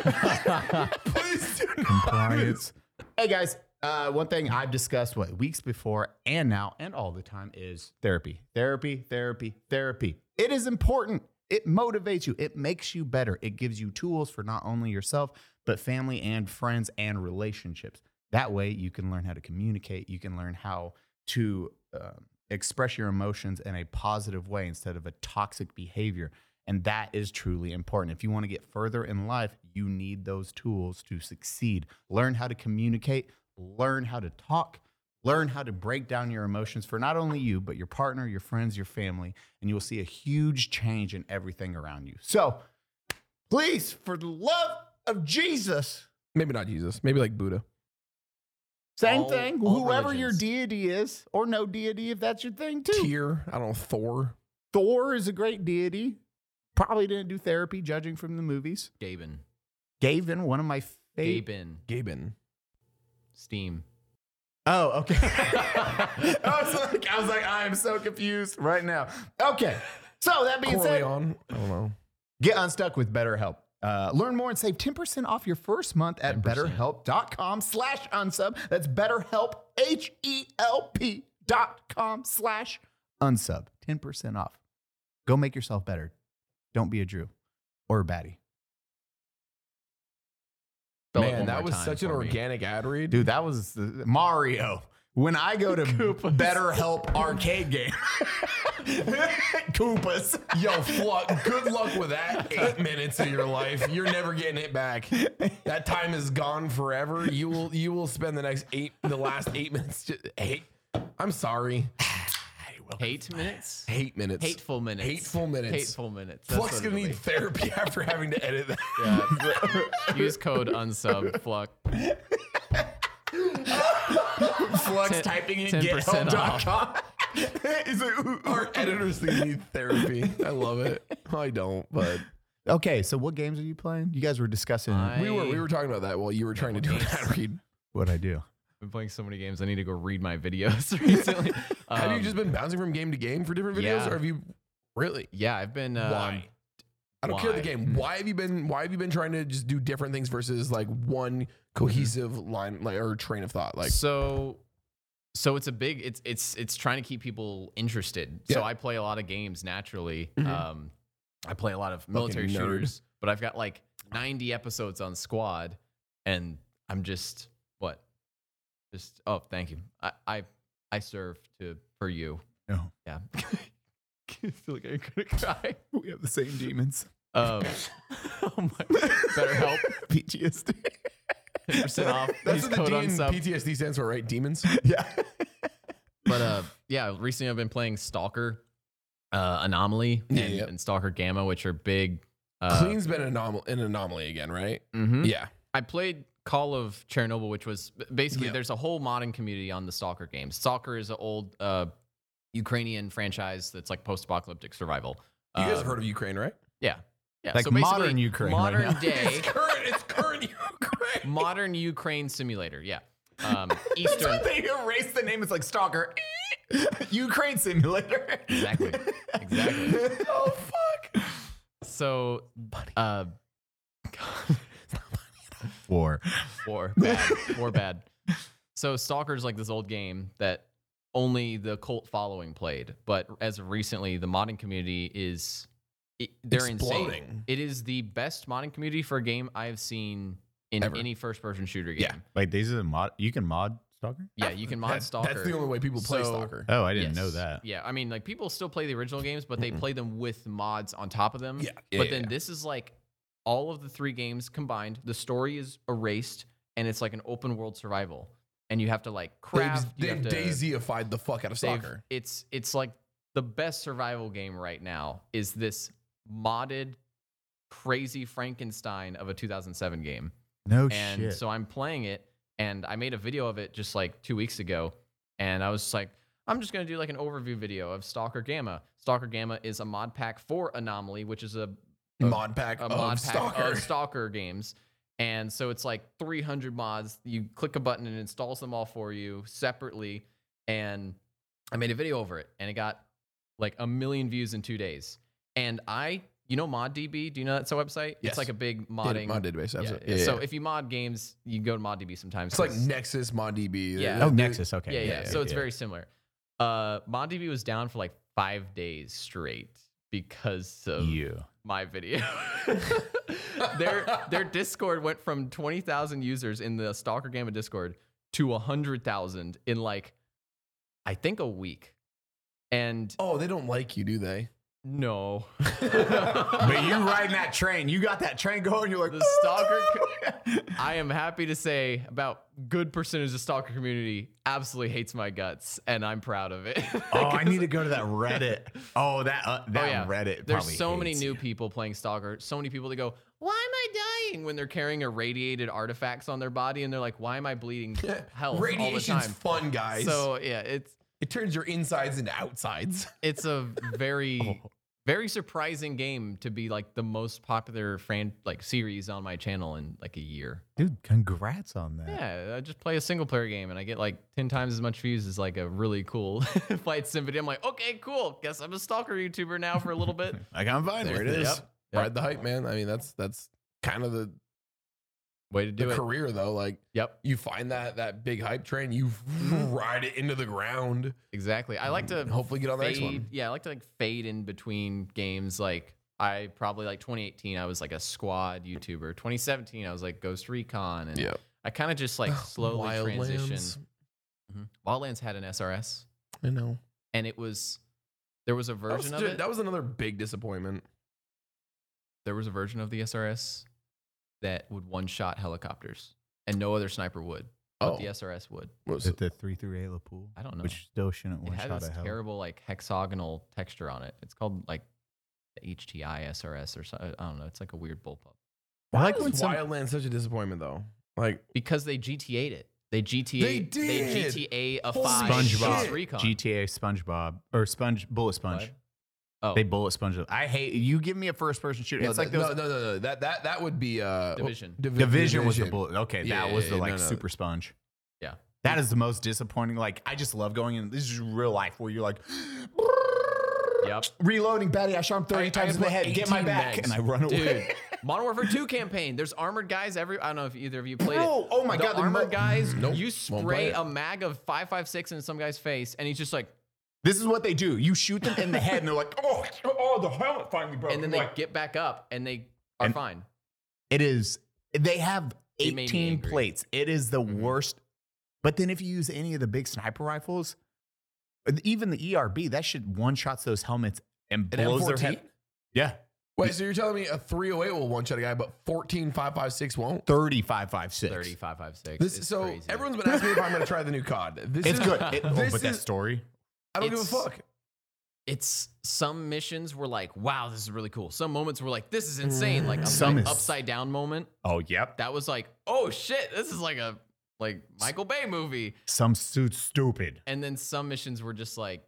Please do Compliance. Hey guys, uh, one thing I've discussed what weeks before and now and all the time is therapy, therapy, therapy, therapy. It is important. It motivates you. It makes you better. It gives you tools for not only yourself but family and friends and relationships. That way, you can learn how to communicate. You can learn how to um, express your emotions in a positive way instead of a toxic behavior. And that is truly important. If you want to get further in life, you need those tools to succeed. Learn how to communicate, learn how to talk, learn how to break down your emotions for not only you, but your partner, your friends, your family, and you'll see a huge change in everything around you. So please, for the love of Jesus, Maybe not Jesus. Maybe like Buddha. Same All- thing. all Whoever your religions. deity is, or no deity if that's your thing too. Tyr, I don't know, Thor. Thor is a great deity. Probably didn't do therapy, judging from the movies. Gaben. Gavin, one of my favorite. Gaben. Gaben. Steam. Oh, okay. I was like, I was like, I am so confused right now. okay. So that being said, Corleone. I don't know. Get unstuck with BetterHelp. Uh, learn more and save 10% off your first month at betterhelp.com slash unsub. That's betterhelp, H-E-L-P dot com slash unsub. 10% off. Go make yourself better. Don't be a Drew or a baddie. Spell it one Man, that more was time such an for me. organic ad read. Dude, that was the, Mario. When I go to BetterHelp arcade game. Koopas. Yo, fuck. Good luck with that. Eight minutes of your life, you're never getting it back. That time is gone forever. You will. You will spend the next eight, the last eight minutes. Just, hate. I'm sorry. Hate minutes? Hate minutes. Hateful minutes. Hateful minutes. Hateful minutes. That's Flux what gonna it'll need be. therapy after having to edit that. Use code unsub. Fluck. Flux Ten- typing in 10% off. github.com. He's like, ooh, ooh. Our editors they need therapy. I love it. I don't, but Okay, so what games are you playing? You guys were discussing we were we were talking about that while you were trying to do an ad read. what I do. I've been playing so many games. I need to go read my videos recently. Have you Um, just been bouncing from game to game for different videos, yeah. or have you really? Yeah, I've been. Um, Why? I don't care the why? Hmm. game. Why have you been? Why have you been trying to just do different things versus like one cohesive line, like or train of thought? Like, so so it's a big it's it's it's trying to keep people interested Yeah. so Mm-hmm. i play a lot of games naturally um i play a lot of military nerd. shooters but i've got like 90 episodes on squad and i'm just what just oh thank you i i, I serve to for you Oh. No. yeah I feel like I'm gonna cry. We have the same demons. Um, oh my! Better help. PTSD. Ten percent off. that's Use what the code D in unsub. PTSD stands for, right? Demons. Yeah. but uh, yeah, recently I've been playing Stalker, uh, Anomaly, and, Yeah, yeah. and Stalker Gamma, which are big. Uh, Clean's been an, anom- an anomaly again, right? Mm-hmm. mhm. Yeah. I played Call of Chernobyl, which was basically Yeah. there's a whole modding community on the Stalker games. Stalker is an old uh, Ukrainian franchise that's like post-apocalyptic survival. You guys Uh, have heard of Ukraine, right? yeah, yeah. Like modern basically, Ukraine right modern now. day, current. It's current Ukraine. modern Ukraine simulator. Yeah, um, Eastern. they erased the name. It's like Stalker. Ukraine simulator. Exactly. Exactly. oh, fuck. So, uh, War. War bad. War bad. So Stalker's like this old game that only the cult following played, but as of recently, the modding community is it, they're Exploding. insane. It is the best modding community for a game I've seen in Ever. any first-person shooter game. Yeah. Like these are the mod. You can mod Stalker. Yeah, you can mod That- Stalker. That's the only way people play So- uh, Stalker. Oh, I didn't know Yes. that. Yeah, I mean, like people still play the original games, but they play them with mods on top of them. Yeah, yeah, but yeah, then yeah. this is like all of the three games combined. The story is erased, and it's like an open world survival, and you have to like craft. you They've, have they've to- daisyified the fuck out of they've- soccer. It's it's like the best survival game right now is this modded, crazy Frankenstein of a 2007 game No and shit. so I'm playing it, and I made a video of it just like two weeks ago, and I was just like, I'm just gonna do like an overview video of Stalker Gamma. Stalker Gamma is a mod pack for Anomaly, which is a, mod pack a of mod pack stalker. of Stalker games. And so it's like 300 mods. You click a button and it installs them all for you separately. And I made a video over it, and it got like a million views in two days. And I, you know, ModDB. Do you know that's a website? Yes. It's like a big Data- modding mod database. That's it. yeah, Yeah, So yeah. if you mod games, you go to ModDB sometimes. it's like 'cause- Nexus, ModDB. Yeah. oh, Nexus. Okay. yeah, yeah, So it's very similar. Uh, ModDB was down for like five days straight because of You. my video. their their Discord went from twenty thousand users in the Stalker Gamma Discord to hundred thousand in like, I think a week, and Oh, they don't like you, do they? no. But you riding that train. You got that train going. You're like, the stalker co- i am happy to say about good percentage of stalker community absolutely hates my guts and i'm proud of it oh, I need to go to that Reddit. Oh, that uh, that Oh, yeah. Reddit. there's probably so many hates new you. people playing stalker so many people that go why bleeding when they're carrying irradiated artifacts on their body and they're like, why am I bleeding hell all the Radiation's time? fun, guys. So yeah, it's it turns your insides into outsides. it's a very very surprising game to be like the most popular fran like series on my channel in like a year. Dude, congrats on that. Yeah, I just play a single player game and I get like 10 times as much views as like a really cool fight sim video. I'm like, okay, cool. Guess I'm a stalker YouTuber now for a little bit. I can't find There it. it is. Yep. Ride the hype, man. I mean, that's that's kind of the, Way to do the it. career though. Like Yep, Mm-hmm. you find that that big hype train, you ride it into the ground. exactly. I like to and hopefully get on the next fade- one. Yeah, I like to like fade in between games. Like I probably like 2018, I was like a squad YouTuber. 2017, I was like Ghost Recon, and Yep. I kind of just like slowly Wildlands. transition. Mhm. Wildlands had an SRS, I know. and it was there was a That was, version ju- of it. that was another big disappointment. there was a version of the SRS that would one shot helicopters, and no other sniper would, but Oh. the SRS would. Was- The, the 338 Lapool. I don't know. Which still shouldn't it one had shot this a hell. terrible like hexagonal texture on it. It's called like the HTI SRS or something. I don't know. It's like a weird bullpup I like Why when is some- Wildlands such a disappointment though? Like because they GTA'd it. They GTA. did. GTA a Holy five. SpongeBob. Ghost Recon. GTA SpongeBob or Sponge Bullet Sponge. What? Oh, They bullet sponge. it. I hate you. Give me a first person shooter. no, it's like that- those no, no, no, no. That that that would be uh Division. Divi- Division was the Division. bullet. Okay, Yeah, that yeah, was the yeah, like no, no. super sponge. Yeah. That is the most disappointing. Like, I just love going in. This is real life where you're like, yep. reloading, Betty. I shot him 30 I- I times in had the head. like Get my 18 back. mags. And I run away. Dude, Modern Warfare 2 campaign. There's armored guys every. I don't know if either of you played Bro, it. oh my the God, the armored mo- guys. Nope, you won't play spray it. a mag of 556 in some guy's face, and he's just like, This is what they do. You shoot them in the head and they're like, oh, oh the helmet finally broke. and then I'm they like, get back up and they are And- fine. It is. They have It made me 18 angry. Mm-hmm. plates. It is the worst. But then if you use any of the big sniper rifles, uh, even the ERB, that shit one shots those helmets and An blows their head. M14? Yeah. Wait, so you're telling me a 308 will one shot a guy, but 14556 won't? 3556. 3556. This so everyone's been asking me if I'm going to try the new COD. This It's is good. It- oh, this but that is- story. I don't give a it's- fuck. it's some missions were like, wow, this is really cool. Some moments were like, this is insane. Like a Mm. Some like, is- upside down moment. Oh, yep. That was like, oh shit, this is like a like Michael Bay movie. Some suits stupid. And then some missions were just like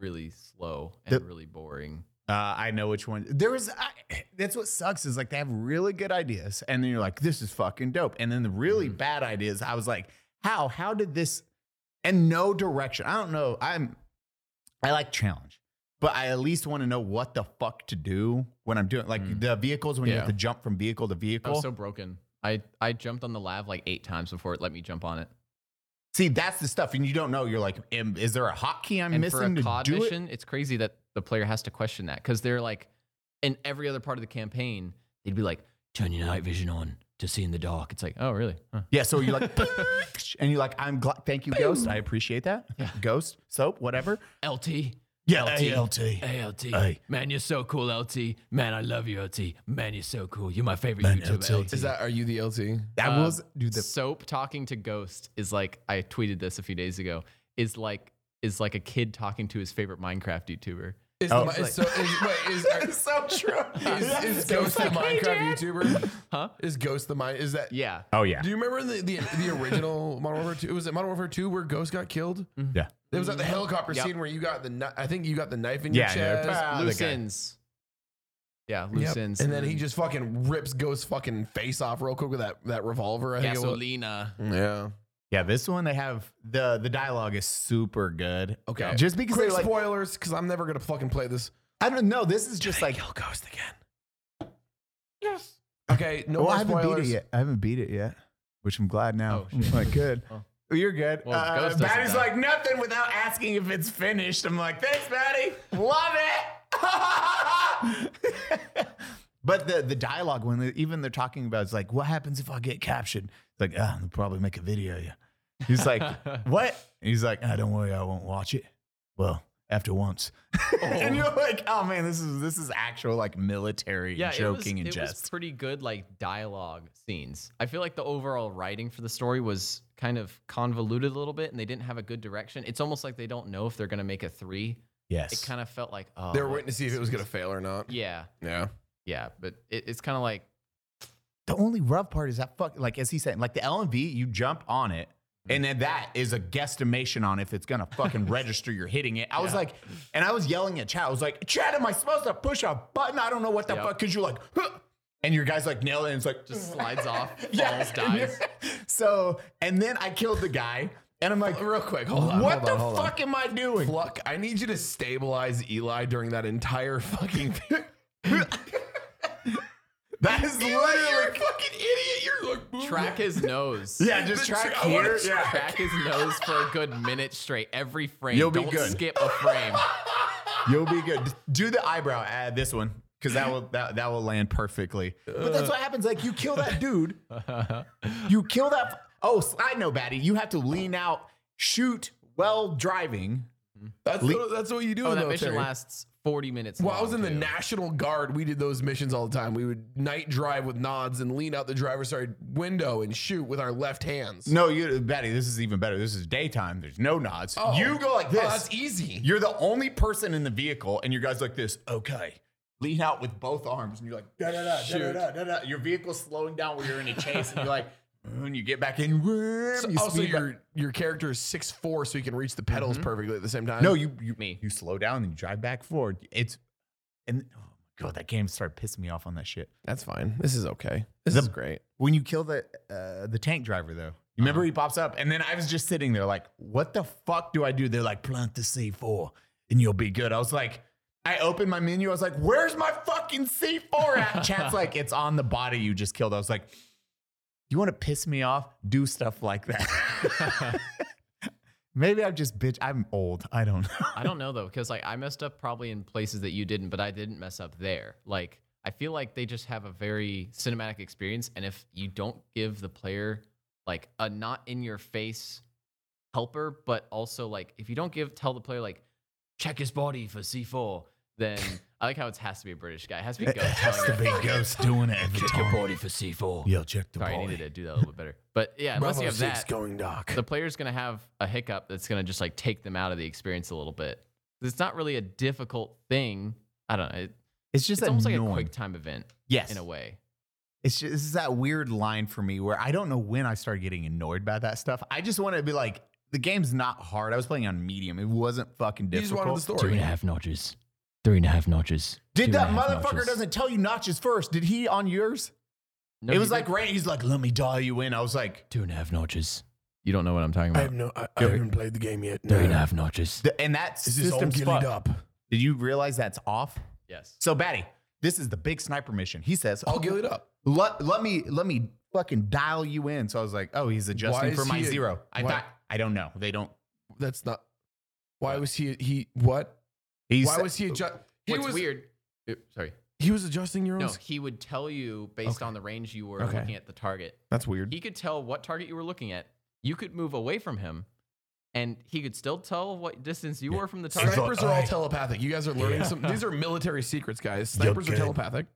really slow and The- really boring. Uh, I know which one. There was. I, that's what sucks is like they have really good ideas, and then you're like, "This is fucking dope." And then the really Mm-hmm. bad ideas, I was like, "How? How did this?" And no direction. I don't know. I'm. I like challenge, but I at least want to know what the fuck to do when I'm doing like the vehicles when you have Yeah. to jump from vehicle to I vehicle. was Mm. Oh, so broken. I, I jumped on the lav like eight times before it let me jump on it. See, that's the stuff, and you don't know. You're like, "Am- "Is there a hotkey I'm and missing for a to COD do it?" mission, it's crazy that the player has to question that because they're like, in every other part of the campaign, they'd be like, turn your night vision on to see in the dark. It's like, oh really? Huh. Yeah, so you're like, and you're like, "I'm glad. Thank you, Ghost. I appreciate that. Ghost, soap, whatever." LT. Yeah, ALT. ALT. ALT. Hey. Man, you're so cool, LT. Man, I love you, LT. Man, you're so cool. You're my favorite YouTuber, LT. Is that are you the LT? That Uh, was dude. The, soap talking to Ghost is like I tweeted this a few days ago. Is like is like a kid talking to his favorite Minecraft YouTuber. Is Oh. the, mi- is, so, is, wait, is, are, is, so true. is Ghost the Minecraft YouTuber? Huh? Is Ghost the mine? Is that? Yeah. oh yeah, Do you remember the the, the original Modern Warfare Two? Was it Modern Warfare Two where Ghost got killed? yeah, It was at the Mm-hmm. helicopter Yep. scene where you got the kni- I think you got the knife in Yeah, your yeah. chest. Ah, the loose guy. ends. Yeah, loose Yep. ends. And then he just fucking rips Ghost's fucking face off real quick with that, that revolver. I think it was. Mm. Gasolina. Yeah. yeah. This one they have the the dialogue is super good. Okay. just because Quick they like, spoilers, because I'm never gonna fucking play this. I don't know. This is just like, Ghost again. Yes. Okay. No well, Oh, I more haven't spoilers. beat it yet. I haven't beat it yet, which I'm glad now. Oh, I'm shit. like, good. Oh. You're good. Well, Ghost doesn't Maddie's die. like nothing without asking if it's finished. I'm like, thanks, Maddie. Love it. but the the dialogue when they, even they're talking about it's like, what happens if I get captured? It's like, ah, they'll probably make a video. Yeah. He's like, what? He's like, ah, don't worry, I won't watch it. Well, after once. and you're like, oh man, this is this is actual like military Yeah, joking it was, and it was jest. pretty good like dialogue scenes. I feel like the overall writing for the story was kind of convoluted a little bit, and they didn't have a good direction. It's almost like they don't know if they're gonna make a three. yes. It kind of felt like oh, They were waiting to see if it was gonna fail or not. Yeah, Yeah. yeah, but it, it's kind of like The only rough part is that fuck like as he's saying, like the LMV, you jump on it. And then that is a guesstimation on if it's gonna fucking register you're hitting it. I was like, and I was yelling at Chad. I was like, Chad, am I supposed to push a button? I don't know what the Yep. fuck. Cause you're like, huh. and your guy's like nailing. It's like "Mm, Just slides off, falls, Yeah. dies. So, and then I killed the guy, and I'm like, Real quick, hold on. what hold on, the hold on. fuck am I doing? Pluck, I need you to stabilize Eli during that entire fucking. That is you're a literally. fucking idiot. You're like moving. Track his nose. Yeah, just track I wanna here. track. Yeah. Track his nose for a good minute straight. Every frame. You'll be Don't good. skip a frame. You'll be good. Do the eyebrow at this one because that will that, that will land perfectly. But that's what happens. Like you kill that dude, you kill that. Oh, slide no baddie. You have to lean out, shoot while driving. That's what, that's what you do. Oh, in the that mission military. lasts 40 minutes. Well, I was long, in the too. National Guard. We did those missions all the time. We would night drive with nods and lean out the driver's side window and shoot with our left hands. No, you Batty. This is even better. This is daytime. There's no nods. Oh. You go like Oh, this. that's easy. You're the only person in the vehicle, and your guy's like this. Okay. Lean out with both arms, and you're like, da da da, da da da da. da. Your vehicle's slowing down where you're in a chase, and you're like, and you get back in. So- You also, speed back. your your character is six four, so you can reach the pedals Mm-hmm. perfectly at the same time. no, you you Me. you slow down and you drive back forward. It's and oh my god, that game started pissing me off on that shit. that's fine. This is okay. This The- is great. When you kill the uh, the tank driver though, you remember he pops up, and then I was just sitting there like, what the fuck do I do? They're like, plant the C four, and you'll be good. I was like. I opened my menu. I was like, "Where's my fucking C4 at?" Chat's like, "It's on the body you just killed." I was like, "You want to piss me off? Do stuff like that." Maybe I'm just bitch. I'm old. I don't know. I don't know though, because like I messed up probably in places that you didn't, but I didn't mess up there. Like I feel like they just have a very cinematic experience, and if you don't give the player like a not in your face helper, but also like if you don't give tell the player like check his body for C four, then I like how it has to be a British guy. It has to be Ghost. telling big ghost doing it every Check your body for C four. Yo, check the Sorry, I needed to do that a little bit better. But yeah, unless you have that, going doc. the player's going to have a hiccup that's going to just like take them out of the experience a little bit. It's not really a difficult thing. I don't know. It, It's just it's almost annoying. like a quick time event yes. in a way. It's just this is that weird line for me where I don't know when I started getting annoyed by that stuff. I just want to be like, the game's not hard. I was playing on medium. It wasn't fucking You just difficult. wanted the story. half notches. Three and a half notches. Did that motherfucker doesn't tell you notches first? Did he on yours? No, it he was like didn't. rain. He's like, let me dial you in. I was like, two and a half notches. You don't know what I'm talking about. no. I, Go haven't played the game yet. Three and a half notches. th- and that system's fucked. Did you realize that's off? Yes. So, Batty, this is the big sniper mission. He says, All gillied up. let, let me let me fucking dial you in. So I was like, oh, he's adjusting is for my he a- zero. I why- thought I don't know. They don't. That's not. Why was he? He what? He's, Why was he adjust? He What's was weird? Oop, Sorry. He was adjusting your own. No, s- he would tell you based on the range you were Okay. looking at the target. That's weird. He could tell what target you were looking at. You could move away from him, and he could still tell what distance you were from the target. Snipers are all telepathic. You guys are learning some. These are military secrets, guys. Snipers are telepathic.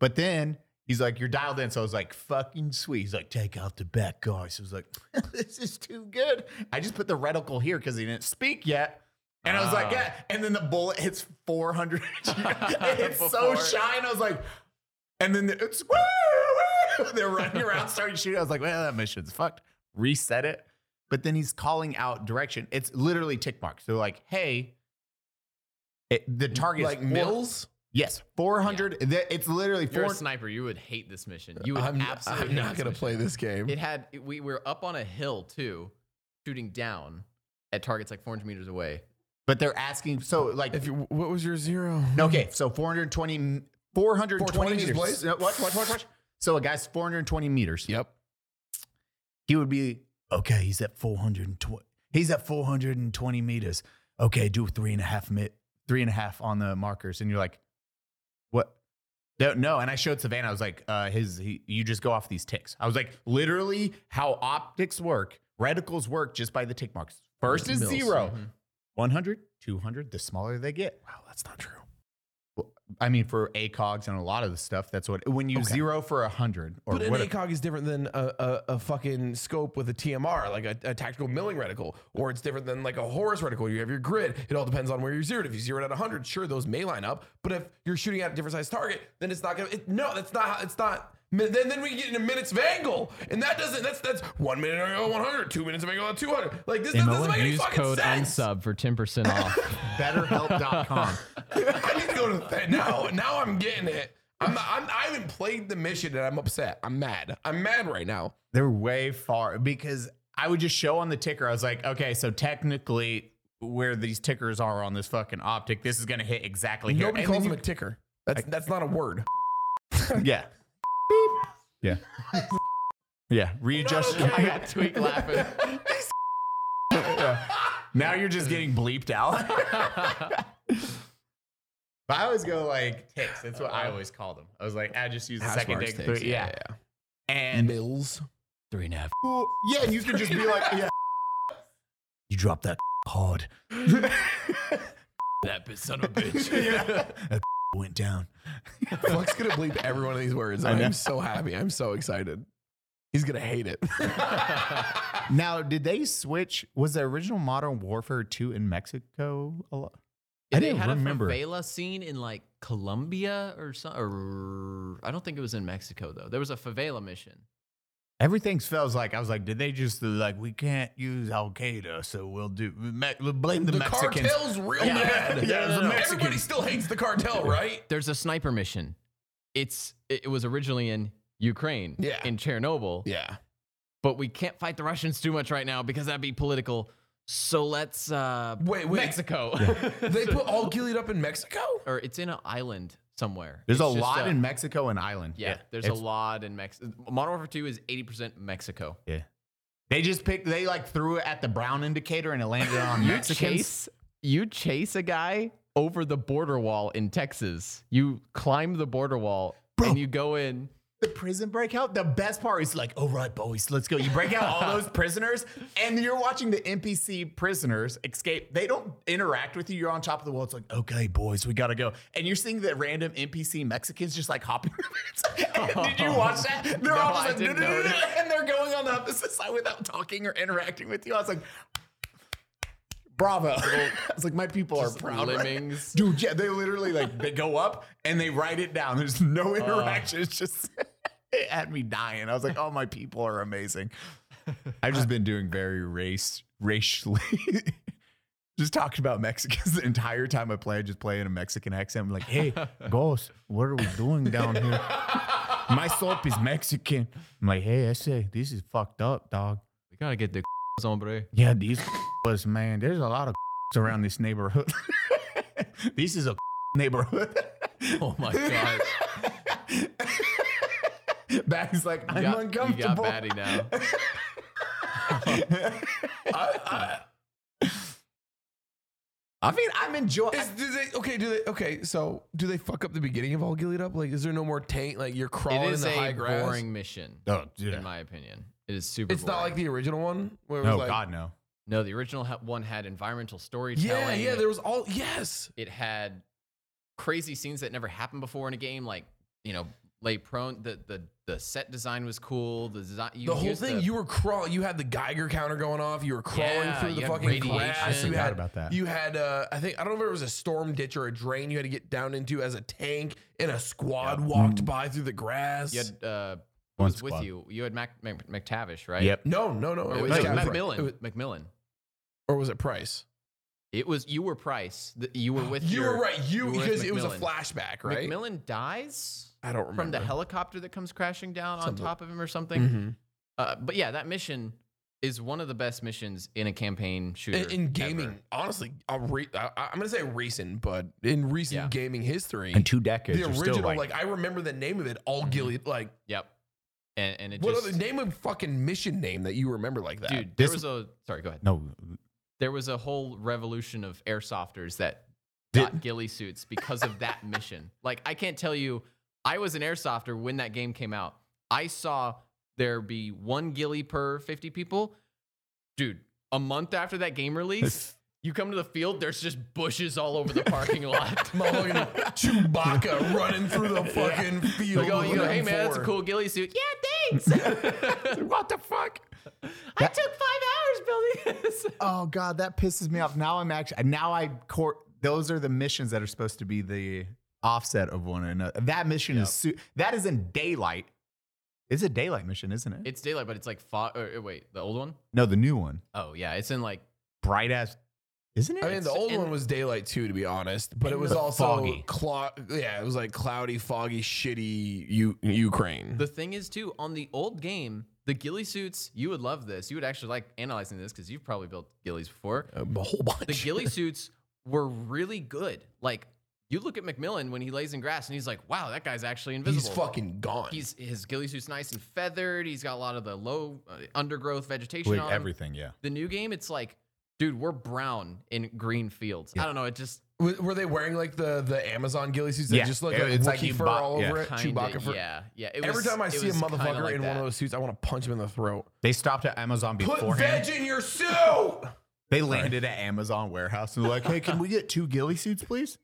But then he's like, you're dialed in. So I was like, fucking sweet. He's like, take out the back guard. So I was like, this is too good. I just put the reticle here because he didn't speak yet. And I was like, Ah. yeah. And then the bullet hits 400. it's so Before. shy. And I was like, and then it's woo, woo. They're running around, starting shooting. I was like, well, that mission's fucked. Reset it. But then he's calling out direction. It's literally tick marks. They're like, hey, it, the target Like Mills. Yes, 400. That- It's literally You're a 400. sniper. You would hate this mission. You would I'm, absolutely. I'm not going gonna play this game. It had. it- We were up on a hill too, shooting down at targets like 400 meters away. But they're asking, so like, If you, what was your zero? okay, so 420, 420 420 just meters. plays? No, Watch, watch, watch, watch. So a guy's 420 meters. Yep. He would be, okay, he's at 420. He's at 420 meters. Okay, do three and a half, mi- three and a half on the markers. And you're like, what? No, no. And I showed Savannah, I was like, uh, his, he, you just go off these ticks. I was like, literally how optics work, reticles work just by the tick marks. First is Mills. zero. Mhm. 100, 200, the smaller they get. Wow, that's not true. I mean, for ACOGs and a lot of the stuff, that's what when you Okay. zero for a hundred or But an what? ACOG is different than a, a, a fucking scope with a TMR, like a, a tactical milling reticle, or it's different than like a Horus reticle. You have your grid. It all depends on where you're zeroed. If you zeroed at 100, sure, those may line up. But if you're shooting at a different size target, then it's not gonna. It, no, that's not. how- It's not. Mi- Then, then we get into minutes of angle, and that doesn't. That's that's one minute of angle 100, two minutes of angle 200. Like this, this doesn't make any Use fucking code sense. unsub for 10% off. BetterHelp.com. I need to go to the thing. Now, now I'm getting it. I'm, not- I'm, I haven't played the mission and I'm upset. I'm mad. I'm mad right now. They're way far because I would just show on the ticker. I was like, okay, so technically, where these tickers are on this fucking optic, this is gonna hit exactly here. Nobody And calls then him a ticker. That's that's not a word. you- yeah. Yeah. yeah. Readjust. I got tweak laughing. now you're just getting bleeped out. But I always go like ticks. That's what I always called them. I was like, I just use the Hash second marks tick. ticks, three- yeah, yeah. And Mills. Three and a half. yeah, and you could just be like, yeah. You dropped that hard. That bit- son of a bitch. Went down. Flex gonna bleep every one of these words. I know. I'm so happy. I'm so excited. He's gonna hate it. Now, did they switch? Was the original Modern Warfare 2 in Mexico a lot? I they didn't had remember. a favela scene in like Colombia or something. Or I don't think it was in Mexico though. There was a favela mission. Everything feels like I was like, did they just like we can't use Al Qaeda, so we'll do me- we'll blame the, the Mexicans. cartel's real Yeah. bad. Yeah, the Everybody Mexicans. still hates the cartel, right? There's a sniper mission. It's it, it was originally in Ukraine. Yeah. In Chernobyl. Yeah. But we can't fight the Russians too much right now because that'd be political. So let's uh Wait, wait. Mexico. They put all Gilead up in Mexico? or it's in an island somewhere. There's a It's just uh, lot in Mexico and Ireland. Yeah, there's a It's- lot in Mexico. Modern Warfare 2 is 80% Mexico. They just picked. They like threw it at the brown indicator and it landed on Mexicans. chase you chase a guy over the border wall in Texas. You climb the border wall and you go in. the prison breakout, the best part is like, all right, boys, let's go. You break out all those prisoners, and you're watching the NPC prisoners escape. They don't interact with you. You're on top of the wall. It's like, okay, boys, we gotta go. And you're seeing the random NPC Mexicans just like hopping. Did you watch that? They're all I just like, no, didn't no, no, no, notice. and they're going on the opposite side without talking or interacting with you. I was like, bravo. I was like, my people are proud. right Lemmings. Dude, yeah, they literally like they go up and they write it down. There's no interaction. it's just it had me dying. I was like, oh, my people are amazing. I've just been doing very race racially. just talking about Mexicans the entire time I play. I just play in a Mexican accent. I'm like, hey, ghost, what are we doing down here? My soap is Mexican. I'm like, hey, I say this is fucked up, dog. We gotta get the hombre. Yeah, these was man. There's a lot of around this neighborhood. this is a neighborhood. Oh my god. Back's like I'm You got, you got uncomfortable. baddie now. I mean, I'm enjoying. Is, do they, okay, do they okay, so do they fuck up the beginning of all Gilead up? Like is there no more taint? Like you're crawling It in is the high a grass? boring mission, Oh, yeah. in my opinion. It is super It's not boring. like the original one where it was no, like God, no. No, the original ha- one had environmental storytelling. Yeah, yeah, there was all yes. it had crazy scenes that never happened before in a game, like you know, lay prone. The the the set design was cool. The design, you the whole used thing, you were crawling. You had the Geiger counter going off. You were crawling Yeah, through the you had fucking radiation. I grass. You forgot had, about that. You had, uh, I think, I don't know if it was a storm ditch or a drain. You had to get down into as a tank, and a squad walked by through the grass. Mm. you had uh, who One was with squad. you. You had Mac, Mac McTavish, right? no, no, no. It was Gavin Price. Macmillan. It was- Macmillan. or was it Price? It was you were Price. The- You were with. You your- were right. You were with because it was a Macmillan. flashback, right? Macmillan dies I don't remember from the helicopter that comes crashing down Something. on top of him or something. Mhm. Uh, but yeah, that mission is one of the best missions in a campaign shooter In, in gaming, ever. honestly, I'll re- I, I'm gonna say recent, but in recent Yeah. gaming history, In two decades, the you're original, still like, like, I remember the name of it, all Mm-hmm. Gilead, like Yep. And and it What just other name of fucking mission name that you remember like that? dude. There This- was a sorry. Go ahead. no. there was a whole revolution of airsofters that Did- got ghillie suits because of that mission. Like I can't tell you, I was an airsofter when that game came out. I saw there be one ghillie per 50 people. Dude, a month after that game release, you come to the field, there's just bushes all over the parking lot. Motherfucking Oh, Chewbacca running through the fucking field. Like, oh, you go, looking hey man, that's a for- cool ghillie suit. Yeah, thanks. What the fuck? I took five hours building this. Oh God, that pisses me off. Now I'm actually now I court. Those are the missions that are supposed to be the offset of one another. That mission is su- that is in daylight It's a daylight mission, isn't it? It's daylight, but it's like fog. Or, or wait, the old one? no, the new one. Oh yeah, it's in like Bright ass, isn't it? I mean, the old one was daylight too, to be honest, but it was But also foggy. clo- yeah, it was like cloudy, foggy, shitty U- Ukraine. the thing is too on the old game. The ghillie suits, you would love this. You would actually like analyzing this because you've probably built ghillies before. a whole bunch. the ghillie suits were really good. Like you look at McMillan when he lays in grass and he's like, wow, that guy's actually invisible. He's fucking gone. He's his ghillie suit's nice and feathered. He's got a lot of the low uh, undergrowth vegetation Wait, on him. everything, yeah. The new game, it's like, dude, we're brown in green fields. I don't know. It just W- were they wearing like the the Amazon ghillie suits? that Yeah. just like It- a it's like Wookiee you fur bought- all yeah. over it, kinda, Chewbacca fur. yeah, yeah. It Every was- time I it see a was kinda motherfucker like in one that. of those suits, I want to punch him in the throat. They stopped at Amazon Put beforehand. veg in your suit. They landed at Amazon warehouse and were like, "Hey, can we get two ghillie suits, please?"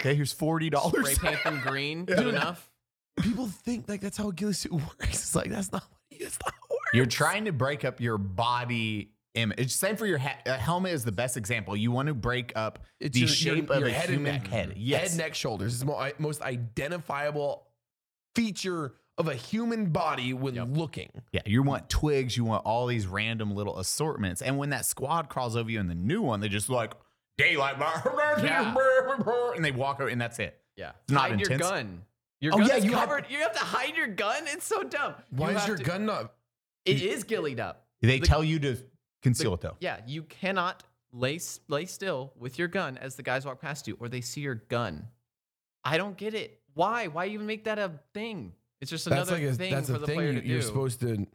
Okay, here's forty dollars. spray paint them green, good enough. People think like that's how a ghillie suit works. It's like that's not. It's not. how it works. You're trying to break up your body image. Same for your he- a helmet is the best example. You want to break up It's the your- your- shape of your a head and human neck. head. Yes, Head, neck, shoulders is the most identifiable feature of a human body when looking. Yeah, you want twigs, you want all these random little assortments. And when that squad crawls over you in the new one, they just like daylight, Yeah. and they walk over, and that's it. Yeah. It's not hide your intense. gun. Your Oh, gun yeah, is you have- covered. you have to hide your gun. It's so dumb. Why You is have your to- gun not? It is ghillied up. They The- tell you to conceal it though. Yeah, you cannot lay s- lay still with your gun as the guys walk past you, or they see your gun. I don't get it. Why? Why even make that a thing? It's just That's another like a, thing that's for a the thing player you, to do. you're supposed to.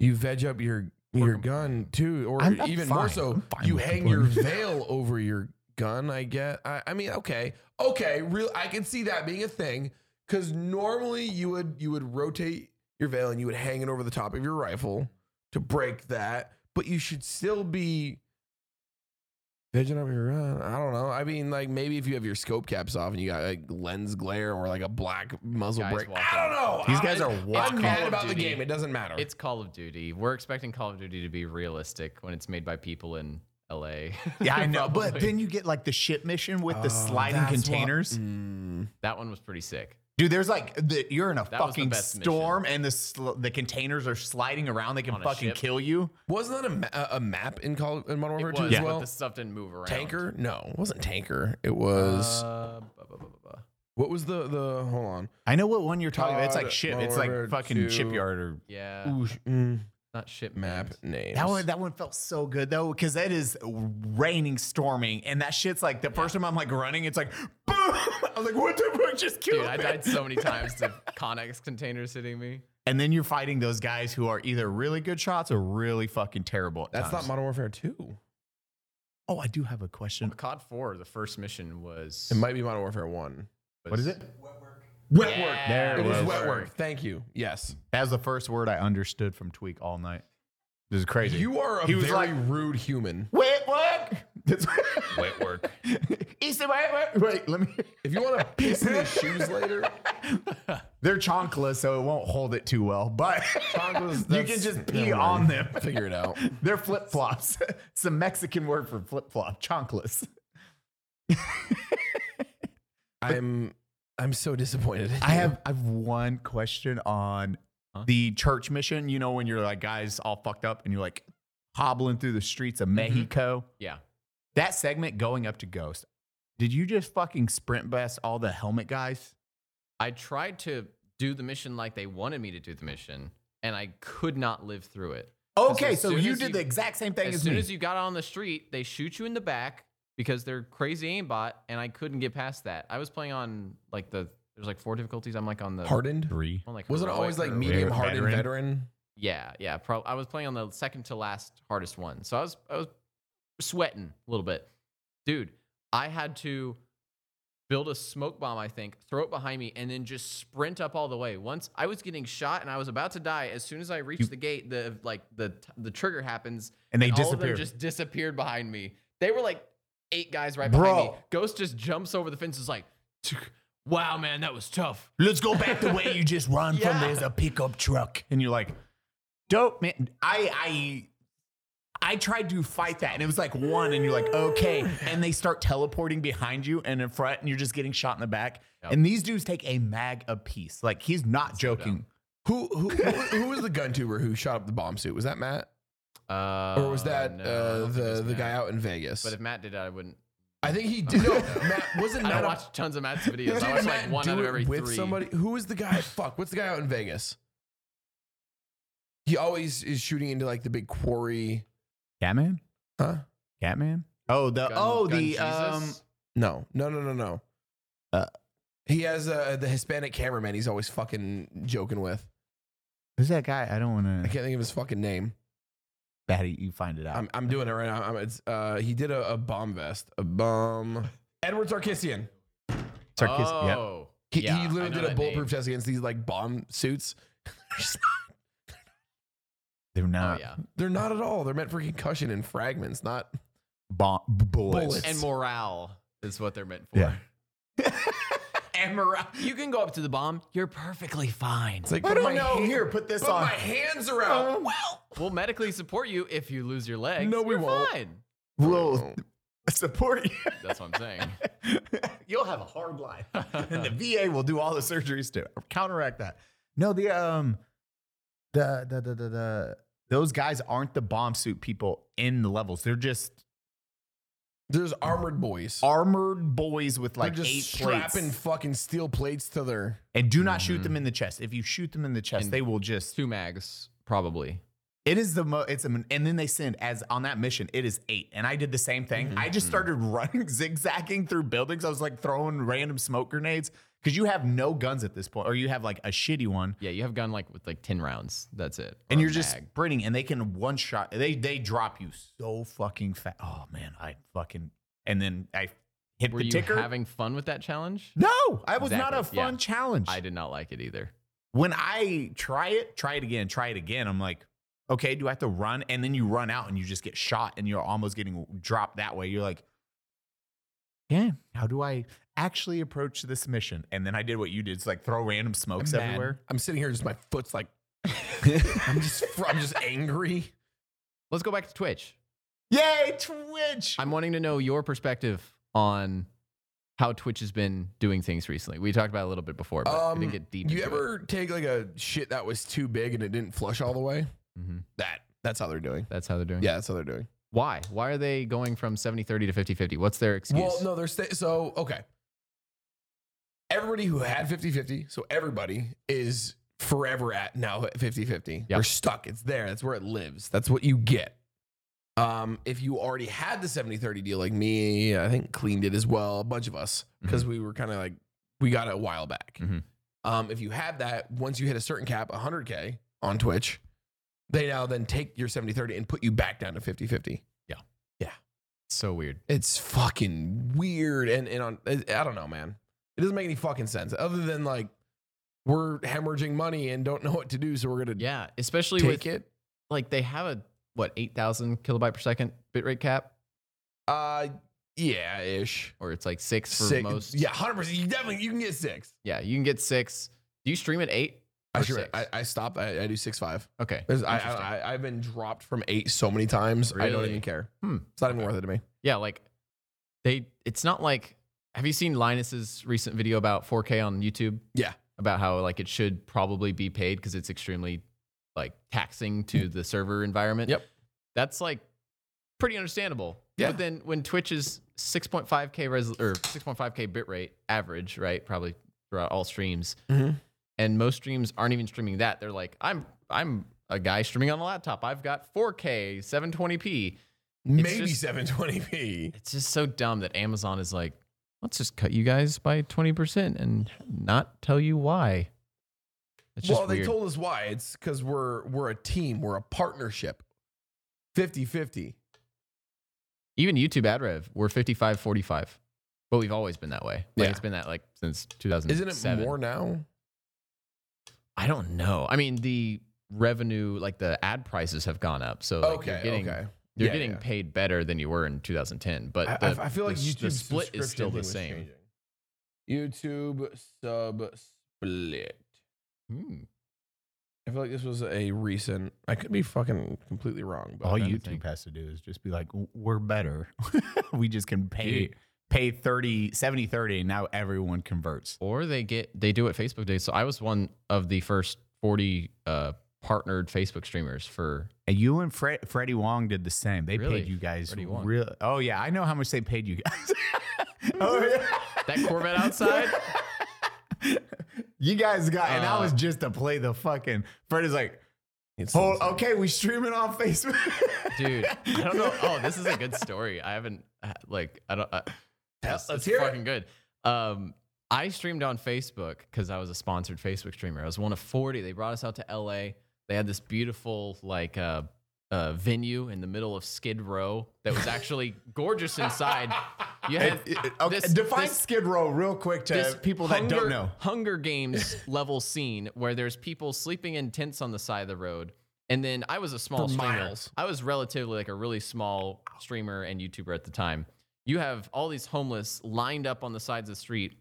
You veg up your your gun too, or I'm- I'm even more fine. so, I'm fine you with hang the your gun. veil over your gun. I get. I, I mean, okay, okay, real. I can see that being a thing because normally you would you would rotate your veil and you would hang it over the top of your rifle to break that, but you should still be Vision up your run. I don't know. I mean, like maybe if you have your scope caps off and you got like lens glare or like a black muzzle Guys break. walking. I don't know. These I'm- guys are I'm walking. mad Call of about the Duty. game. It doesn't matter. it's Call of Duty. We're expecting Call of Duty to be realistic when it's made by people in L.A. Yeah, I know. But Probably. then you get like the ship mission with the Oh, sliding that's what- containers. Mm. that one was pretty sick. Dude, there's like the, you're in a That was the fucking best mission. storm, and the sl- the containers are sliding around. They can On a fucking ship. kill you. Wasn't that a, ma- a- a map in Call in Modern It Warfare was, 2 as but well? the stuff didn't move around. tanker? No, it wasn't tanker. It was Uh, bu- bu- bu- bu- bu- what was the the hold on. I know what one you're talking about. It's Cod, like ship. It's Modern like fucking Warfare 2. shipyard or Yeah, Ooh, sh- mm, not ship map names. That one, that one felt so good though, because that is raining, storming, and that shit's like the first time I'm like running, it's like boom. I was like, what the fuck just killed Dude, I me? died so many times to Connex containers hitting me. And then you're fighting those guys who are either really good shots or really fucking terrible. At That's not times. Modern Warfare 2. Oh, I do have a question. COD 4, the first mission was. It might be Modern Warfare 1. What is it? Wet Yeah. work. There It was was. wet work. Thank you. Yes. That was the first word I understood from Tweak all night. This is crazy. You are a He was very like- rude human. wet work. That's wet work. It's the wet work. Wait, let me. If you want to piss in his shoes later, They're chonkla, so it won't hold it too well. But you can just pee on them. Figure it out. They're flip flops. it's a Mexican word for flip flop, chonclas. I'm I'm so disappointed. in I you. have I have one question on the church mission. You know when you're like guys all fucked up and you're like hobbling through the streets of Mexico. Yeah. That segment going up to Ghost. Did you just fucking sprint best all the helmet guys? I tried to do the mission like they wanted me to do the mission, and I could not live through it. 'Cause Okay, as so soon you as did the exact same thing as, As soon me. as you got on the street, they shoot you in the back because they're crazy aimbot, and I couldn't get past that. I was playing on like the. There's like four difficulties. I'm like on the. hardened. Three. on, like, Wasn't it heroic always like or- medium Veteran. hardened veteran? Yeah, yeah. Pro- I was playing on the second to last hardest one, so I was I was sweating a little bit, dude. I had to build a smoke bomb, I think, throw it behind me, and then just sprint up all the way. Once I was getting shot and I was about to die, as soon as I reached the gate, the like the t- the trigger happens, And they all of them disappear. just disappeared behind me. They were like eight guys right behind me. Bro. Ghost just jumps over the fence, is like, "Wow, man, that was tough." Let's go back the way you just run from Yeah. there's a pickup truck. And you're like, dope, man. I I I tried to fight that and it was like one and you're like, okay. And they start teleporting behind you and in front and you're just getting shot in the back. And these dudes take a mag a piece. Like he's not joking. Who who who, who was the gun tuber who shot up the bomb suit? Was that Matt, Uh, or was that no, I uh, don't think it was the the Matt. guy out in Vegas? But if Matt did it, I wouldn't. I think he did. No, Matt wasn't I Matt. don't a- watch tons of Matt's videos. didn't I watch Matt like one do out of it every with three. somebody. Who is the guy? Fuck, what's the guy out in Vegas? He always is shooting into like the big quarry. Catman? Huh? Catman? Oh, the oh Gun the Jesus? um No, no, no, no, no. Uh, he has uh, the Hispanic cameraman. He's always fucking joking with. who's that guy? I don't I want to. can't think of his fucking name. Daddy, you find it out. I'm, I'm doing it right now. I'm, it's, uh, he did a, a bomb vest. A bomb. Edward Sarkissian. Sarkis- yep. Oh, He, yeah, he I literally know did a that bulletproof name. test against these like bomb suits. They're Oh not yeah, They're not at all. They're meant for concussion and fragments, not bom- bullets. bullets. and morale is what they're meant for. Yeah. and morale. You can go up to the bomb. You're perfectly fine. It's like, I put my don't know. hand- Here, put this Oh, But on. my hands are out. well, We'll medically support you if you lose your legs. No, we You're won't. Fine. We'll support you. That's what I'm saying. You'll have a hard life, and the VA will do all the surgeries to counteract that. No, the um, the the the the, the those guys aren't the bomb suit people in the levels. They're just there's armored boys. armored boys with like They're eight just strapping plates. fucking steel plates to their. And do not Mm-hmm. shoot them in the chest. If you shoot them in the chest, And- they will just. Two mags, probably. It is the mo It's a, and then they send as on that mission. It is eight, and I did the same thing. Mm-hmm. I just started running, zigzagging through buildings. I was like throwing random smoke grenades because you have no guns at this point, or you have like a shitty one, Yeah, you have gun like with like ten rounds. That's it. and Or a you're just mag. sprinting, and they can one shot. They they drop you so fucking fast. Oh man, I fucking and then I hit Were the you ticker. having fun with that challenge? no, I was not a Exactly, yeah. fun challenge. I did not like it either. when I try it, try it again, try it again, I'm like, okay, do I have to run? And then you run out and you just get shot and you're almost getting dropped that way. You're like, yeah, how do I actually approach this mission? And then I did what you did. It's like throw random smokes Mad. everywhere. I'm sitting here, just my foot's like. I'm just, fr- I'm just angry. Let's go back to Twitch. Yay, Twitch. I'm wanting to know your perspective on how Twitch has been doing things recently. We talked about it a little bit before, but we didn't get deep. Um, You into it. ever take like a shit that was too big and it didn't flush all the way? Mhm. That that's how they're doing. That's how they're doing. it? Yeah, that's how they're doing. Why? Why are they going from 70 30 to 50 50? What's their excuse? Well, no, they're sta- so okay. Everybody who had 50-50, so everybody is forever at now 50-50. They're stuck. It's there. That's where it lives. That's what you get. Um, if you already had the 70-30 deal like me, I think Clean did as well, a bunch of us, because we were kind of like we got it a while back. Mhm. Um, if you had that, once you hit a certain cap, 100k on Twitch, they now then take your 70-30 and put you back down to 50-50 So weird. it's fucking weird and and on I I don't know, man. It doesn't make any fucking sense other than like we're hemorrhaging money and don't know what to do, so we're gonna Yeah. Especially take with it. like they have a what, 8,000 kilobyte per second bitrate cap, Uh, yeah, ish. or it's like six for Six, most. yeah, hundred percent. You definitely you can get six. Yeah. You can get six. Do you stream at eight? I Or sure. six. I, I stopped. I, I do six five. Okay. There's- I, Interesting. I, I I've been dropped from eight so many times. I don't Really? even care. Hmm. It's not even worth it to me. Yeah, like they it's not like have you seen Linus's recent video about 4K on YouTube? Yeah. About how like it should probably be paid because it's extremely like taxing to the server environment. Mm. Yep. That's like pretty understandable. Yeah. But then when Twitch is 6.5K res or 6.5K bitrate average, right? Probably throughout all streams. Mhm. And most streams aren't even streaming that. They're like, I'm I'm a guy streaming on a laptop. I've got 4K, 720p Maybe just- 720p. it's just so dumb that Amazon is like, let's just cut you guys by 20% and not tell you why. It's just Well, they weird. told us why. It's because we're we're a team. We're a partnership. 50-50. even YouTube ad rev, we're 55 45. But we've always been that way. Like Yeah. it's been that like since 2007. Isn't it more now? I don't know. I mean, the revenue, like the ad prices have gone up. So like, okay, you're getting, okay. you're Yeah, getting yeah. paid better than you were in 2010. But I, Uh, the, I- I feel like the, YouTube the split is still subscription the same. thing was changing. YouTube sub split. Hmm. I feel like this was a recent. I could be fucking completely wrong, but All I YouTube think- has to do is just be like, "W- we're better. we just can pay Dude. pay 30, 70, 30, and now everyone converts. or they get they do what Facebook did. So I was one of the first 40 uh, partnered Facebook streamers for And you and Fre- Freddie Wong did the same. They Really? paid you guys Freddie Wong. real. Oh yeah, I know how much they paid you guys. oh yeah, that Corvette outside. you guys got. and that Uh, was just to play the fucking. Freddie's like, hold. Okay, we streaming on Facebook. Dude, I don't know. Oh, this is a good story. I haven't uh, like I don't. I, it's, it's fucking good. Um, I streamed on Facebook because I was a sponsored Facebook streamer. I was one of forty. They brought us out to LA. They had this beautiful like uh, uh, venue in the middle of Skid Row that was actually gorgeous inside. You had okay, this- define this- Skid Row real quick to this people that uh, hunger, don't know. Hunger Games level scene where there's people sleeping in tents on the side of the road. And then I was a small For streamer. miles. I was relatively like a really small streamer and YouTuber at the time. You have all these homeless lined up on the sides of the street,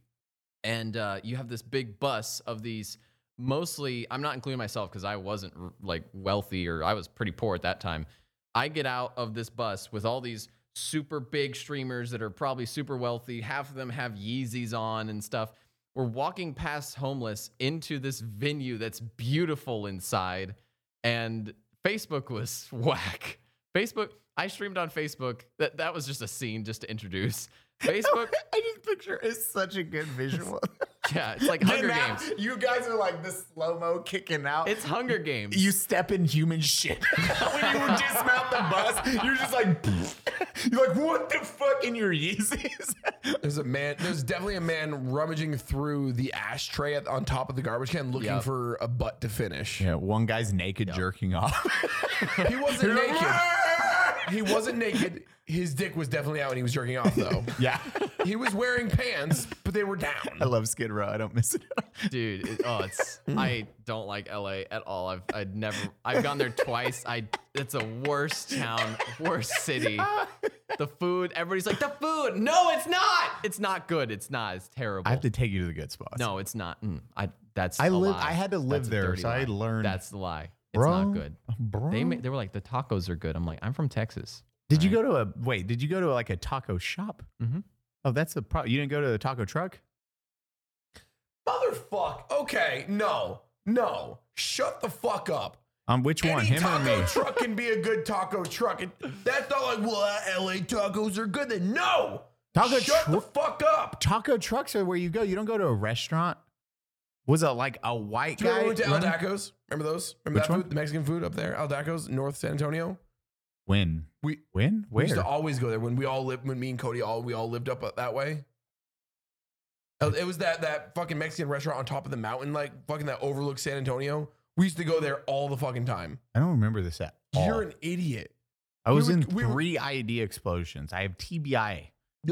and uh, you have this big bus of these mostly. I'm not including myself because I wasn't r- like wealthy or I was pretty poor at that time. I get out of this bus with all these super big streamers that are probably super wealthy. Half of them have Yeezys on and stuff. We're walking past homeless into this venue that's beautiful inside, and Facebook was whack. Facebook, I streamed on Facebook. That that was just a scene just to introduce. Facebook, I just picture it's such a good visual. yeah, it's like And Hunger now Games. You guys are like the slow mo kicking out. It's Hunger Games. you step in human shit when you dismount the bus. You're just like, you're like, what the fuck in your Yeezys? There's a man. There's definitely a man rummaging through the ashtray at, on top of the garbage can, looking Yep. for a butt to finish. yeah, one guy's naked jerking off. He wasn't naked. He wasn't naked. His dick was definitely out when he was jerking off, though. yeah, he was wearing pants, but they were I down. love Skid Row. I don't miss it. dude it, oh it's i don't like la at all i've i'd never i've gone there twice i it's a worst town worst city the food everybody's like the food no it's not it's not good it's not it's terrible I have to take you to the good spots. no it's not mm, i that's I a live- lie. I had to live That's a there, dirty so I lie. learned. that's the lie it's bro, not good Bro, they ma- they were like the tacos are good i'm like i'm from texas did you go to a wait? Did you go to like a taco shop? Mhm. Oh, that's the problem. You didn't go to the taco truck. Motherfuck. Okay, no, no. Shut the fuck up. Um, which one, him Any or taco me? truck can be a good taco truck. And that's not like, well, uh, LA tacos are good. Then no. Taco Shut the tru- fuck up. taco trucks are where you go. You don't go to a restaurant. Was it like a white Do you guy? remember to El running- Dacos? Remember those? Remember Which that one? food? The Mexican food up there, Al Dacos, North San Antonio. When? We- when? We used Where? to always go there when we all lived when me and Cody all we all lived up that way. Uh, It was that that fucking Mexican restaurant on top of the mountain, like fucking that overlooks San Antonio. We used to go there all the fucking time. I don't remember this at all. You're an idiot. I we was were- in we were- three ID explosions. I have TBI.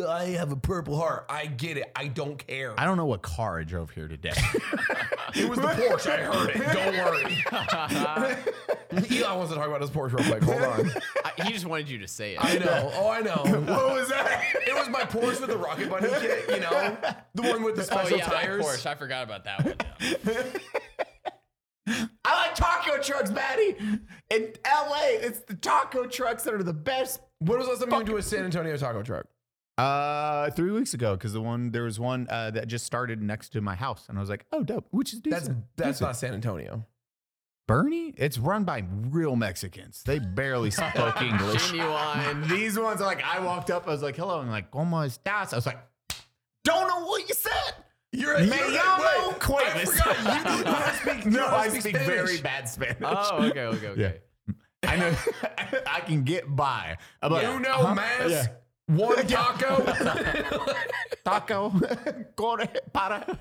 I have a purple heart. I get it. I don't care. I don't know what car I drove here today. it was the Porsche. I heard it. Don't worry. Elon wants to talk about his Porsche real quick. Hold on. I, he just wanted you to say it I know. Oh, I know. what was that? It was my Porsche with the rocket bunny kit. You know, the one with the oh special yeah that tires. Porsche. i forgot about that one yeah. I like taco trucks, Maddie. In LA, it's the taco trucks that are the best. When was the last time you went to a San Antonio taco truck? Uh, three weeks ago, because the one there was one uh, that just started next to my house, and I was like, oh, dope. Which is decent. That's that's not San Antonio. Bernie? It's run by real Mexicans. They barely spoke English. genuine These ones, like, I walked up, I was like, hello, and like, ¿cómo estás? I was like, don't know what you said. You're Me you're- llamo wait, I Cuevas. forgot. You do not speak. you No, don't I speak, Spanish. very bad Spanish. oh okay okay okay Yeah. I know I can get by. I'm like, Uno huh? mask, Yeah. one taco. Taco, corre, para.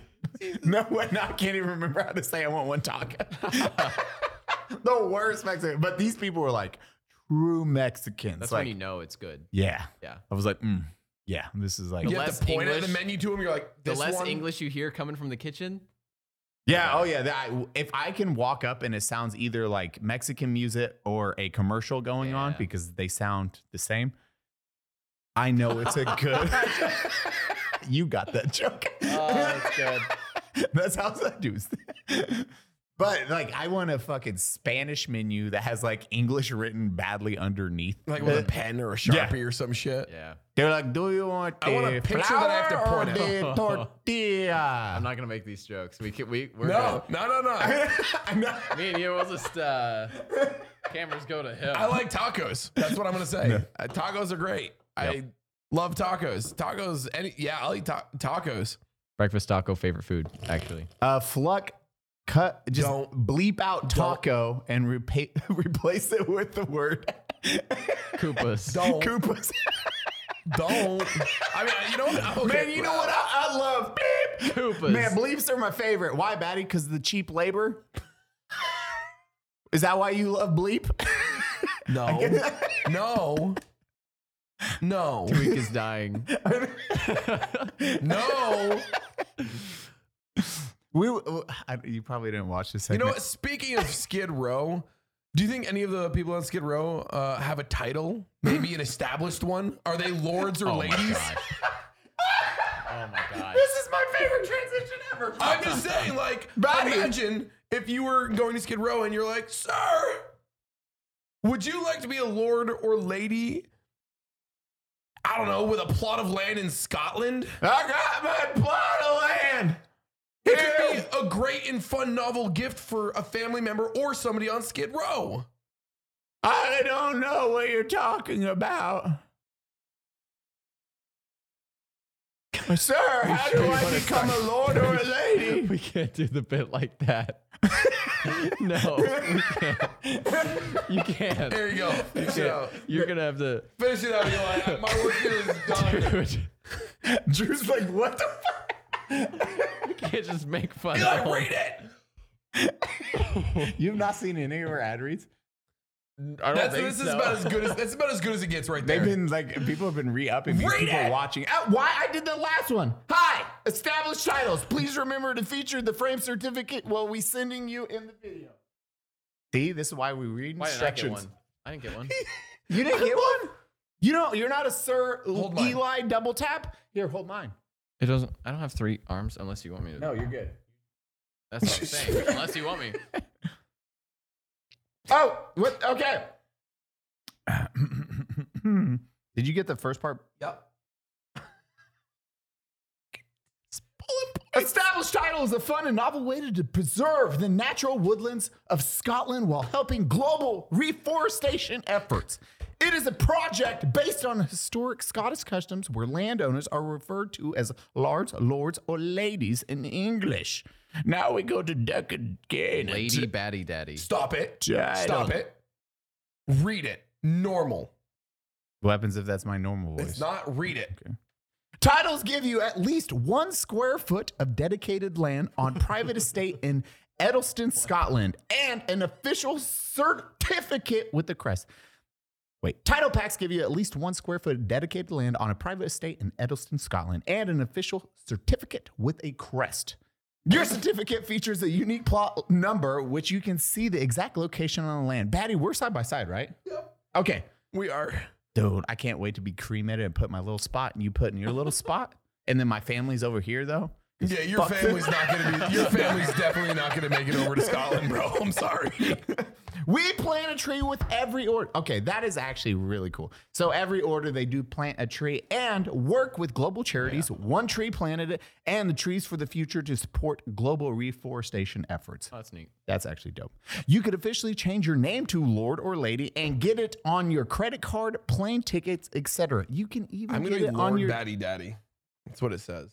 No, what- no, I can't even remember how to say I want one taco. the worst Mexican. But these people were like true Mexicans. that's like, when you know it's good Yeah. Yeah. I was like, mm, yeah, this is like, you yeah. have less to point at the English- menu to him. You're like, the this less one, English you hear coming from the kitchen, oh yeah. That, if I can walk up and it sounds either like Mexican music or a commercial going on Yeah. because they sound the same, I know it's a good. you got that joke. Uh, oh, that's good. That's how that dudes. But like, I want a fucking Spanish menu that has like English written badly underneath. Like with a pen or a sharpie or some shit. Yeah. They're like, "Do you want I want a the picture that I have to flour point or at." the tortilla?" I'm not gonna make these jokes. We can, we we're No, no, no, no. good. Me and you, we'll just uh, cameras go to him. I like tacos. That's what I'm gonna say. Uh, tacos are great. I love tacos. Tacos. Any yeah, I like ta- tacos. breakfast taco favorite food actually. uh, fluck cut just Don't. bleep out taco and repa- replace it with the word Koopas. Don't Koopas. don't. I mean, you know what? Okay. Man, you know what I, I love? Beep. Koopas. Man, bleeps are my favorite. Why, Batty? Because the cheap labor. Is that why you love bleep? No, no, no, Week is dying. no. we, I, you probably didn't watch this. You segment. know what? Speaking of Skid Row, do you think any of the people on Skid Row uh, have a title? Maybe an established one? Are they lords Oh or ladies? Oh my god. This is my favorite transition ever. I'm just saying, like, Buddy. imagine if you were going to Skid Row and you're like, sir, would you like to be a lord or lady? I don't know, with a plot of land in Scotland? I got my plot of land. It could be a great and fun novel gift for a family member or somebody on Skid Row. I don't know what you're talking about. Sir, how do I become a lord or a lady? We can't do the bit like that. no, we can't. You can't. There you go. Finish it out. You're gonna have to. Finish it out, Eli. My work here is done. Dude, Drew's like, what the fuck? you can't just make fun Eli, of all- read it. You've not seen any of our ad reads? I don't That's think this is so. about as good as that's about as good as it gets right there. They've been like, people have been re upping these Read people it! watching. Uh, why? I did the last one. Hi, established titles. Please remember to feature the frame certificate while we sending you in the video. See, this is why we read Why didn't I get instructions. one? I didn't get one. You didn't get one? You don't. You're not a Sir Hold mine. Eli double tap. Here, hold mine. It doesn't. I don't have three arms unless you want me to. No, you're good. That's what I'm saying. unless you want me. Oh, what? Okay. Did you get the first part? Yep. Established title is a fun and novel way to preserve the natural woodlands of Scotland while helping global reforestation efforts. It is a project based on historic Scottish customs where landowners are referred to as lards, lords, or ladies in English. Now we go to Duck again. Lady Batty Daddy. Stop it. Title. Stop it. Read it. Normal. What happens if that's my normal voice? It's not read it. Titles give you at least one square foot of dedicated land on private estate in Edelston, Scotland, and an official certificate with the crest. Wait, title packs give you at least one square foot of dedicated land on a private estate in Edelston, Scotland, and an official certificate with a crest. Your certificate features a unique plot number, which you can see the exact location on the land. Batty, we're side by side, right? Yep. Okay. We are. Dude, I can't wait to be cremated and put my little spot and you put in your little spot. And then my family's over here though. Yeah, your family's not gonna be. Your family's definitely not gonna make it over to Scotland, bro. I'm sorry. We plant a tree with every order. Okay, that is actually really cool. So every order they do plant a tree and work with global charities. One tree planted and the trees for the future to support global reforestation efforts. Uh. Oh, that's neat. That's actually dope. You could officially change your name to Lord or Lady and get it on your credit card, plane tickets, etc. You can even I'm gonna get be it on Lord your Daddy Daddy. That's what it says.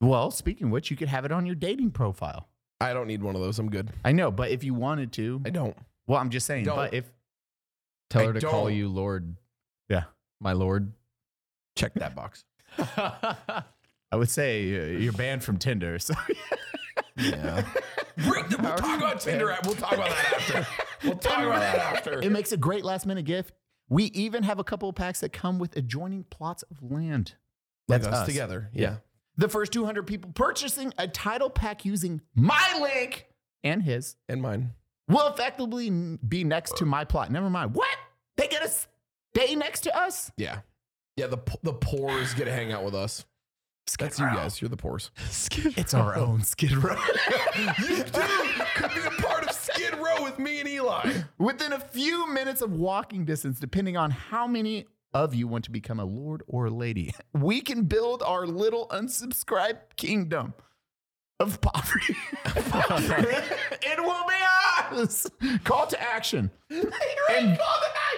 Well, speaking of which, you could have it on your dating profile. I don't need one of those. I'm good. I know, but if you wanted to, I don't. well, I'm just saying. Don't. But if Tell I her to call don't. you Lord. Yeah. My Lord. Check that box. I would say uh, you're banned from Tinder, so Bring the, we'll talk about Tinder. We'll talk about that after. We'll talk about that after. it makes a great last minute gift. We even have a couple of packs that come with adjoining plots of land. That's us us. together. Yeah. The first 200 people purchasing a title pack using my link and his And mine. will effectively n- be next to my plot. Never mind. What? They get to stay next to us? Yeah. Yeah. The p- the poor is gonna hang out with us. That's you guys. You're the poors. It's our own Skid Row. You too could be a part of Skid Row with me and Eli. Within a few minutes of walking distance, depending on how many of you want to become a lord or a lady, we can build our little unsubscribed kingdom of poverty. it will be ours. Call to action. and,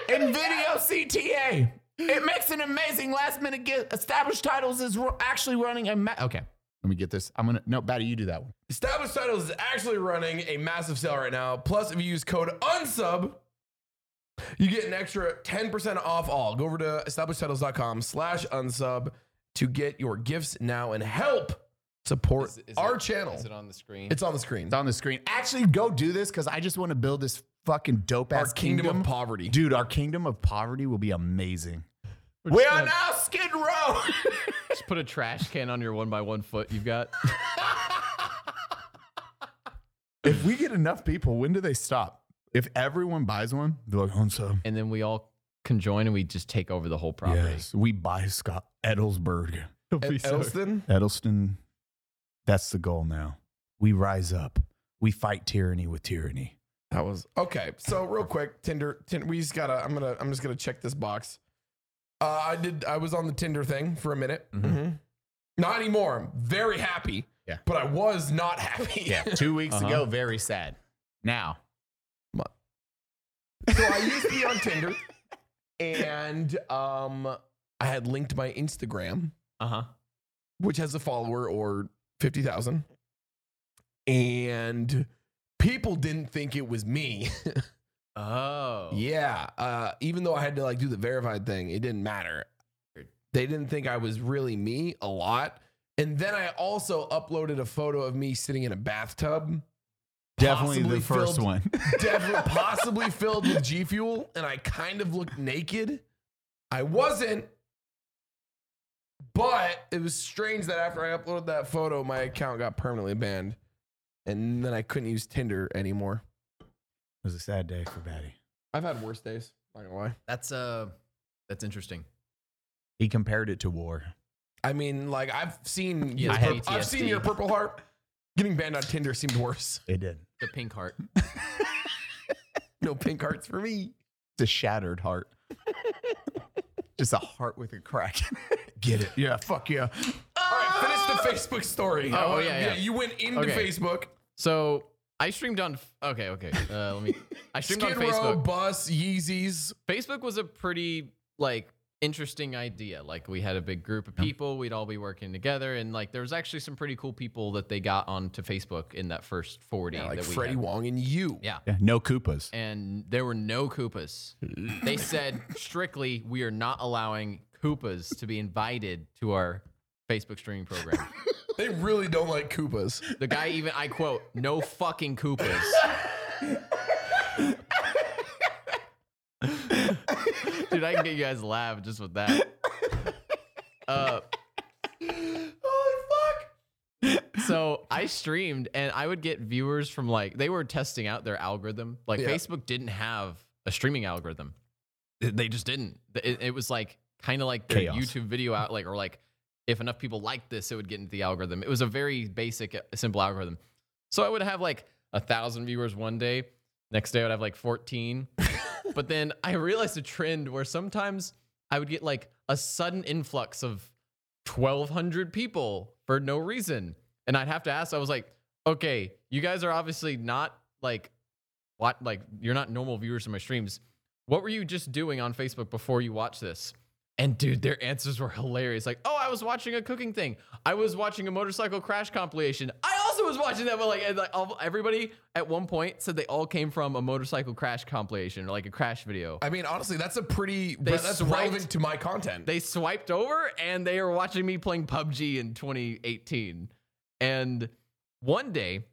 and video CTA. It makes an amazing last minute gift. Established titles is ru- actually running a. Ma- okay, let me get this. I'm gonna. No, Batty, you do that one. Established Titles is actually running a massive sale right now. Plus, if you use code UNSUB, you get an extra 10% off all. Go over to establishedtitles.com slash unsub to get your gifts now and help support Is- is our it- channel. Is it on the screen? it's on the screen. It's on the screen. Actually, go do this because I just want to build this fucking dope ass Our kingdom, of poverty. Dude, our kingdom of poverty will be amazing. we are now Skid Row. Just put a trash can on your one by one foot you've got. if we get enough people, when do they stop? If everyone buys one, they're like, "Oh, so and then we all conjoin and we just take over the whole property. yes, we buy Scott Edelsburg, Ed- Edelston? Edelston." That's the goal now. We rise up. We fight tyranny with tyranny. That was okay. So real quick, Tinder. Tin, we just gotta. I'm gonna. I'm just gonna check this box. Uh, I did. I was on the Tinder thing for a minute. Mhm. Not anymore. I'm very happy. Yeah. But I was not happy. two weeks Uh-huh. very sad. Now, so I used to be on Tinder, and um, I had linked my Instagram, Uh huh. which has a follower or fifty thousand, and people didn't think it was me. Oh. Yeah. Uh, even though I had to like do the verified thing, it didn't matter. They didn't think I was really me a lot. And then I also uploaded a photo of me sitting in a bathtub, definitely Possibly the first filled- one. definitely possibly filled with G Fuel, and I kind of looked naked. I wasn't, but it was strange that after I uploaded that photo, my account got permanently banned. And then I couldn't use Tinder anymore. It was a sad day for Batty. I've had worse days, not gonna lie. That's uh that's interesting. He compared it to war. I mean, like I've seen, Yeah, your I had purp- I've seen PTSD. your Purple Heart getting banned on Tinder seemed worse. It did. The pink heart. No pink hearts for me. It's a shattered heart. Just a heart with a crack. Get it? Yeah. Fuck yeah. Ah! All right, finish the Facebook story. Oh, Uh, yeah, yeah. You went into Okay. Facebook. So I streamed on f- okay, okay. Uh, let me I streamed Skid on Row, Facebook. bus, Yeezys. Facebook was a pretty like interesting idea. Like we had a big group of people, we'd all be working together, and like there was actually some pretty cool people that they got onto Facebook in that first forty. Yeah, like that we Freddie had. Wong and you. Yeah. no Koopas. and there were no Koopas. they said strictly, we are not allowing Koopas to be invited to our Facebook streaming program. They really don't like Koopas. the guy even, I quote, no fucking Koopas. Dude, I can get you guys to laugh just with that. Uh, so I streamed and I would get viewers from like, they were testing out their algorithm. Like, Yeah. Facebook didn't have a streaming algorithm, Th- they just didn't. Th- It, it was like kind of like their Chaos. YouTube video out, like, or like if enough people liked this, it would get into the algorithm. It was a very basic, uh, simple algorithm. So I would have like a thousand viewers one day. Next day I would have like 14. but then I realized a trend where sometimes I would get like a sudden influx of 1,200 people for no reason. And I'd have to ask, I was like, okay, you guys are obviously not like, what, like, you're not normal viewers of my streams. What were you just doing on Facebook before you watched this? And dude, their answers were hilarious. Like, oh, I was watching a cooking thing. I was watching a motorcycle crash compilation. I also was watching that, but like, and like all, everybody at one point said they all came from a motorcycle crash compilation or like a crash video. I mean, honestly, that's a pretty They that's swiped- relevant to my content. They swiped over and they were watching me playing PUBG in 2018. And one day,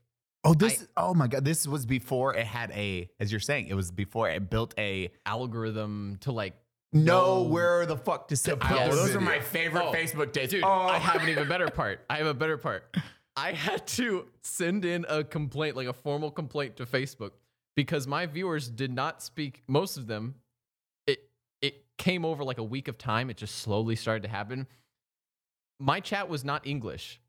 Oh, this. oh my God. This was before it had a. As you're saying, it was before it built a. algorithm to like No, where the fuck to sit. put the video. favorite Oh, days. Dude, I have an even better part. I have a better part. I had to send in a complaint, like a formal complaint to Facebook, because my viewers did not speak. Most of them, it it came over like a week of time. It just slowly started to happen. My chat was not English.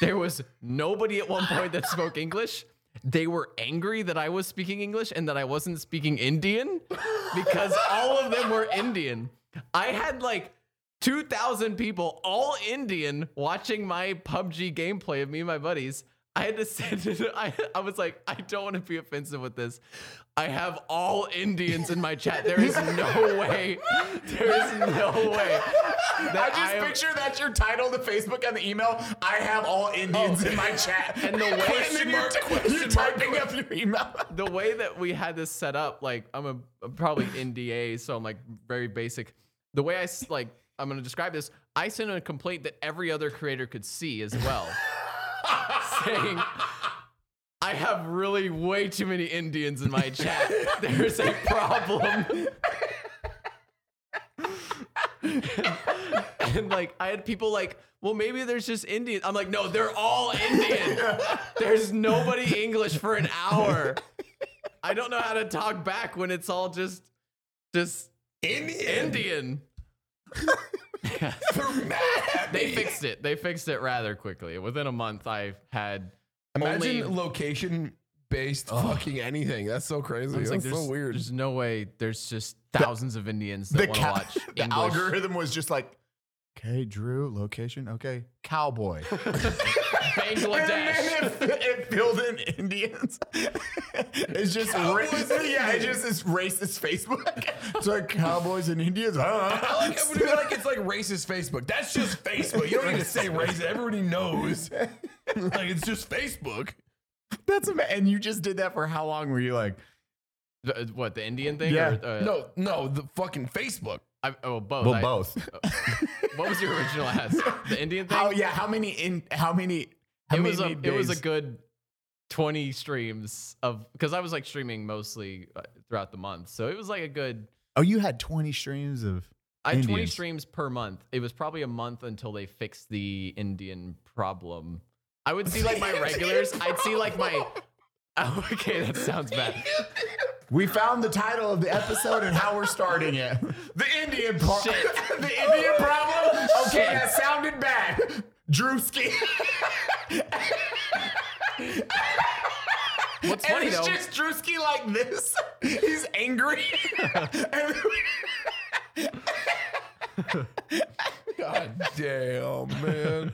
There was nobody at one point that spoke English, they were angry that I was speaking English and that I wasn't speaking Indian because all of them were Indian. I had like 2,000 people, all Indian, watching my PUBG gameplay of me and my buddies. I had to send it. I, I was like, I don't want to be offensive with this. I have all Indians in my chat. There is no way. There is no way. That I just am- picture that's your title to Facebook and the email. I have all Indians in my chat. Oh. And the way- question mark, you're, question you're mark, typing up your email. the way that we had this set up, like I'm a I'm probably NDA, so I'm like very basic. The way I s- like I'm gonna describe this, I sent a complaint that every other creator could see as well, saying. I have really way too many Indians in my chat. There's a problem. and like I had people like, well, maybe there's just Indian. I'm like, no, they're all Indian. There's nobody English for an hour. I don't know how to talk back when it's all just just Indian. Indian. They fixed it. They fixed it rather quickly. Within a month, I had Imagine only. location based fucking anything. That's so crazy. I was That's like, so there's, weird. there's no way. There's just thousands of Indians the that want to cow- watch the English. algorithm was just like, okay, Drew, location, okay, cowboy. Bangladesh. And then it, it filled in Indians. It's just ra- yeah, it's just this racist Facebook. It's like cowboys and Indians. I like, I would be like it's like racist Facebook. That's just Facebook. You don't need to say racist. Everybody knows. Like it's just Facebook. That's ama- and you just did that for how long? Were you like The- what the Indian thing? Yeah. Or, uh, No, no, the fucking Facebook. I, oh, both. well I- uh, both? What was your original ask? The Indian thing. How yeah? How many in? How many? How it many was a it was a days? good 20 streams of because i was like streaming mostly uh, throughout the month so it was like a good Oh, you had twenty streams of. i had 20 Indians. streams per month it was probably a month until they fixed the indian problem i would see like my regulars i'd see like my Oh, okay that sounds bad We found the title of the episode and how we're starting it. The Indian part. Shit. the Indian problem. Okay, Shit. that sounded bad. Drewski. what's And funny it's though just Drewski like this. He's angry. And God damn, man.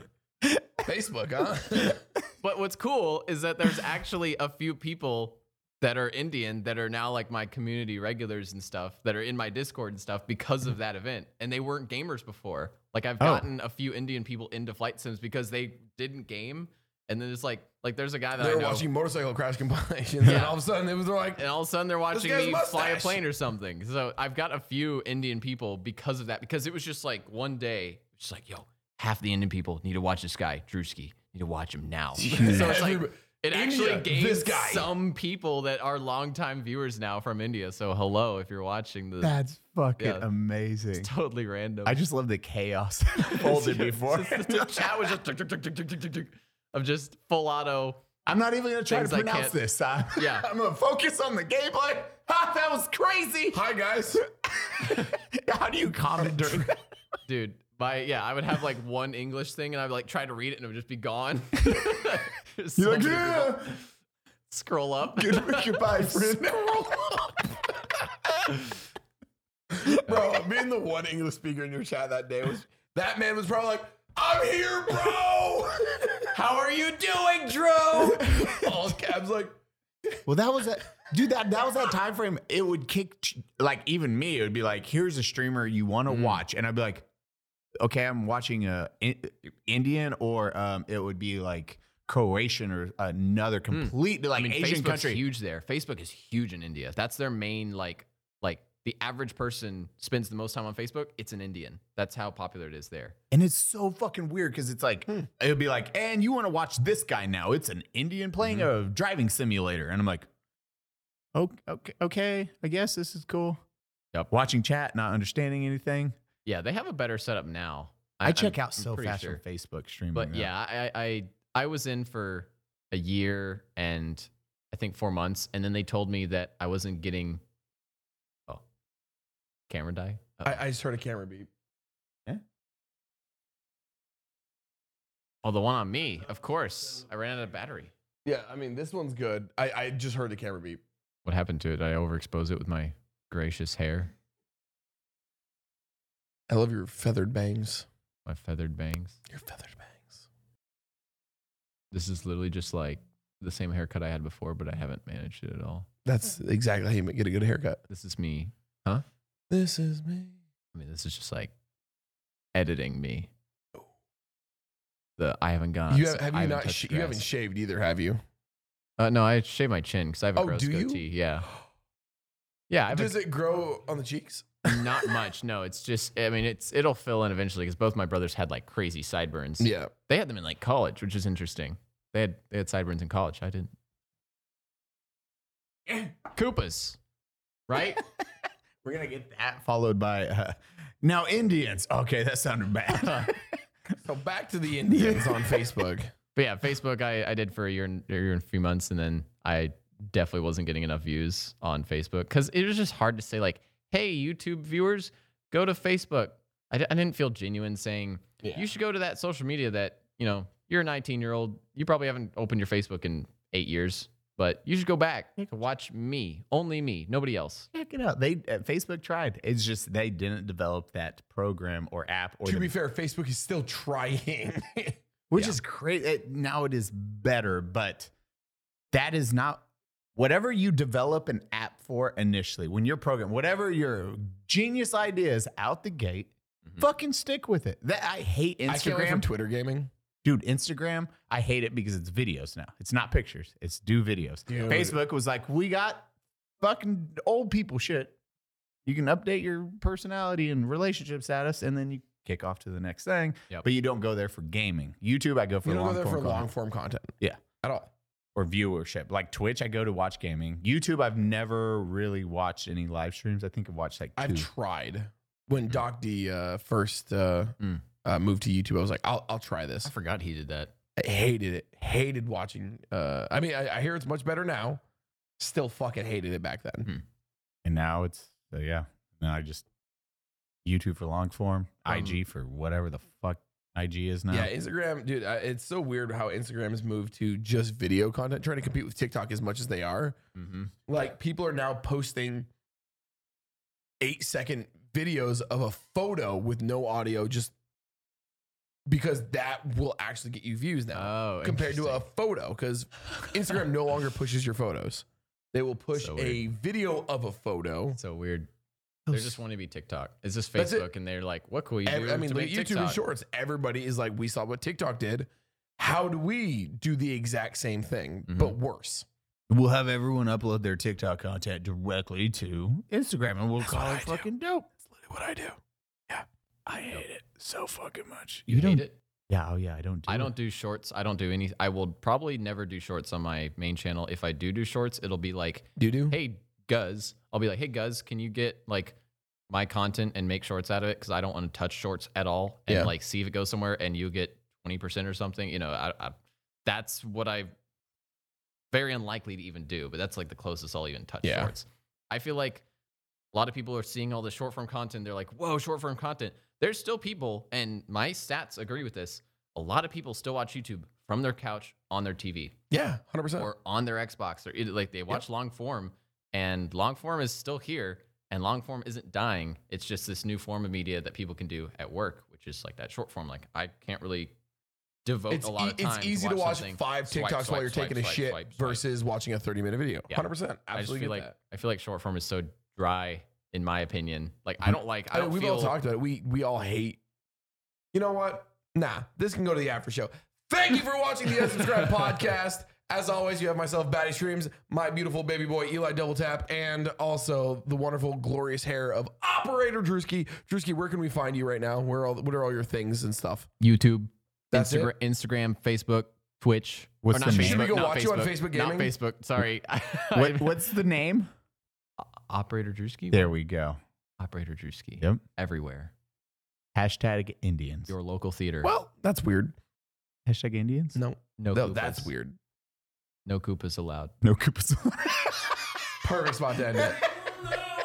Facebook, huh? But what's cool is that there's actually a few people that are Indian that are now like my community regulars and stuff that are in my Discord and stuff because of that event. And they weren't gamers before. Like I've gotten a few Indian people into flight sims because they didn't game. And then it's like like there's a guy that They were I know, watching motorcycle crash compilations, and Yeah. all of a sudden it was they're like, and all of a sudden they're watching guy's me fly a mustache. plane or something. So I've got a few Indian people because of that because it was just like one day just like yo half the Indian people need to watch this guy Drewski need to watch him now. So it's like Everybody- it India, actually this gained guy. some people that are longtime viewers now from India. So hello, if you're watching this, That's fucking Yeah. amazing. totally random. I just love the chaos that unfolded before. the chat was just tick, tick, tick, tick, tick, tick, tick, tick, of just full auto. I'm not even gonna try Things to I pronounce can't- this. Uh, Yeah. I'm gonna focus on the gameplay. Ha, that was crazy. "Hi guys." How do you comment during that? Dude, my yeah, I would have like one English thing and I'd like try to read it and it would just be gone. There's so You're like, many people- yeah. Scroll up. Good, goodbye, friend. Bro, being the one English speaker in your chat that day was that man was probably like, "I'm here, bro." How are you doing, Drew? all cabs like, Well, that was that, dude. That that was that time frame. It would kick ch- like even me. It would be like, here's a streamer you want to watch, and I'd be like, okay, I'm watching a in- Indian, or um, it would be like Croatian or another complete like I mean, Asian Facebook's country. huge there. Facebook is huge in India. That's their main like like the average person spends the most time on Facebook. It's an Indian. That's how popular it is there. And it's so fucking weird because it's like Hmm. it would be like, and you want to watch this guy now? It's an Indian playing Mm-hmm. a driving simulator, and I'm like, okay, okay, okay, I guess this is cool. Yep. Watching chat, not understanding anything. Yeah, they have a better setup now. I, I'm- check out I'm so pretty fast sure. from Facebook streaming. But though. yeah, I, I I was in for a year and I think four months, and then they told me that I wasn't getting. Oh, camera die. Uh, I, I just heard a camera beep. oh, the one on me, of course. I ran out of battery. Yeah, I mean this one's good. I, I just heard the camera beep. What happened to it? Did I overexpose it with my gracious hair, I love your feathered bangs. my feathered bangs. Your feathered bangs. This is literally just like the same haircut I had before, but I haven't managed it at all. That's exactly how you get a good haircut. This is me. This is me. I mean, this is just like editing me. The I haven't gone. Oh. you have, have I you haven't not? touched Sh- you haven't grass. shaved either, have you? Uh, no, I shave my chin because I have a Oh, gross do you? goatee. Yeah, yeah. I have a, Does it grow on the cheeks? not much. No, it's just. I mean, it's it'll fill in eventually because both my brothers had like crazy sideburns. Yeah. they had them in like college, which is interesting. They had they had sideburns in college. I didn't. Koopas, right? We're gonna get that followed by uh, now Indians. Okay, that sounded bad. So back to the Indians on Facebook. but yeah, Facebook I, I did for a year and a year and a few months, and then I definitely wasn't getting enough views on Facebook because it was just hard to say like, "Hey, YouTube viewers, go to Facebook." I d- I didn't feel genuine saying you should go to that social media that you know you're a 19 year old. You probably haven't opened your Facebook in eight years, but you should go back to watch me, only me, nobody else. Check it out. They uh, Facebook tried. It's just they didn't develop that program or app or to the be fair, Facebook is still trying. which is great. It, now it is better, but that is not whatever you develop an app for initially when your program, whatever your genius idea is out the gate, fucking stick with it. That I hate Mm-hmm. I can't wait for Instagram, Twitter gaming. dude. Instagram, I hate it because it's videos now. It's not pictures. It's do videos. Dude. Facebook was like, we got fucking old people shit. You can update your personality and relationship status, and then you kick off to the next thing. Yep. But you don't go there for gaming. YouTube, I go for You don't long go there form for content long form content. Yeah. At all. or viewership. Like Twitch, I go to watch gaming. YouTube, I've never really watched any live streams. I think I've watched like 2 I've tried. When Doc D uh, first uh, Mm. uh, moved to YouTube, I was like, I'll, I'll try this. I forgot he did that. I hated it. Hated watching. Uh, I mean, I, I hear it's much better now. Still fucking hated it back then. and now it's so yeah. Now I just YouTube for long form, Um, IG for whatever the fuck IG is now. Yeah, Instagram, dude, I, it's so weird how Instagram has moved to just video content, trying to compete with TikTok as much as they are. Mm-hmm. Like, people are now posting eight second videos of a photo with no audio just because that will actually get you views now Oh, compared to a interesting. photo because Instagram no longer pushes your photos. They will push So a video of a photo. so weird. They just want to be TikTok. It's just That's it. Facebook, and they're like, "What could we do?" Ev- I mean, to look at make YouTube TikTok? and Shorts. Everybody is like, we saw what TikTok did. How do we do the exact same thing but Mm-hmm. worse? We'll have everyone upload their TikTok content directly to Instagram and we'll call it fucking dope. What I do? Yeah, I hate it so fucking much. You, don't. It? Yeah, oh yeah, I don't do I it. don't do shorts. I don't do any. I will probably never do shorts on my main channel. If I do do shorts, it'll be like, Do do? "Hey Guz," I'll be like, "Hey Guz, can you get like my content and make shorts out of it?" Because I don't want to touch shorts at all, and Yeah. like see if it goes somewhere, and you get twenty percent or something. You know, I, I, that's what I very unlikely to even do, but that's like the closest I'll even touch Yeah. shorts. I feel like a lot of people are seeing all the short form content. They're like, whoa, short form content. There's still people, and my stats agree with this. A lot of people still watch YouTube from their couch on their TV Yeah, hundred percent. or on their Xbox. Or either, like they watch long form, and long form is still here, and long form isn't dying. It's just this new form of media that people can do at work, which is like that short form. Like I can't really devote It's, a lot e- of time. it's easy to watch something. five TikToks Swipe, while swipe, you're swipe, taking a swipe, shit swipe, swipe. versus watching a 30 minute video. Yeah. Hundred percent. I just Absolutely. feel get like that. I feel like short form is so dry, in my opinion. Like I don't like. Hmm. I I mean, don't we've feel. all talked about it. We we all hate. You know what? Nah, this can go to the after show. Thank you for watching the Unsubscribe podcast. As always, you have myself, Batty Streams, my beautiful baby boy, Eli Double Tap, and also the wonderful, glorious hair of Operator Drewski. Drewski, where can we find you right now? Where all what are all your things and stuff? YouTube, That's Instagram, Instagram, Facebook, Twitch. What's the Or name? Facebook, Should we go not watch you on Facebook Not Gaming? Facebook. Sorry. What, what's the name? Operator Drewski. There we go. Operator Drewski. Yep. Everywhere. Hashtag Indians. Your local theater. Well, that's weird. Hashtag Indians? No, no, no Koopas. that's weird. No Koopas allowed. No Koopas. Perfect spot to end it.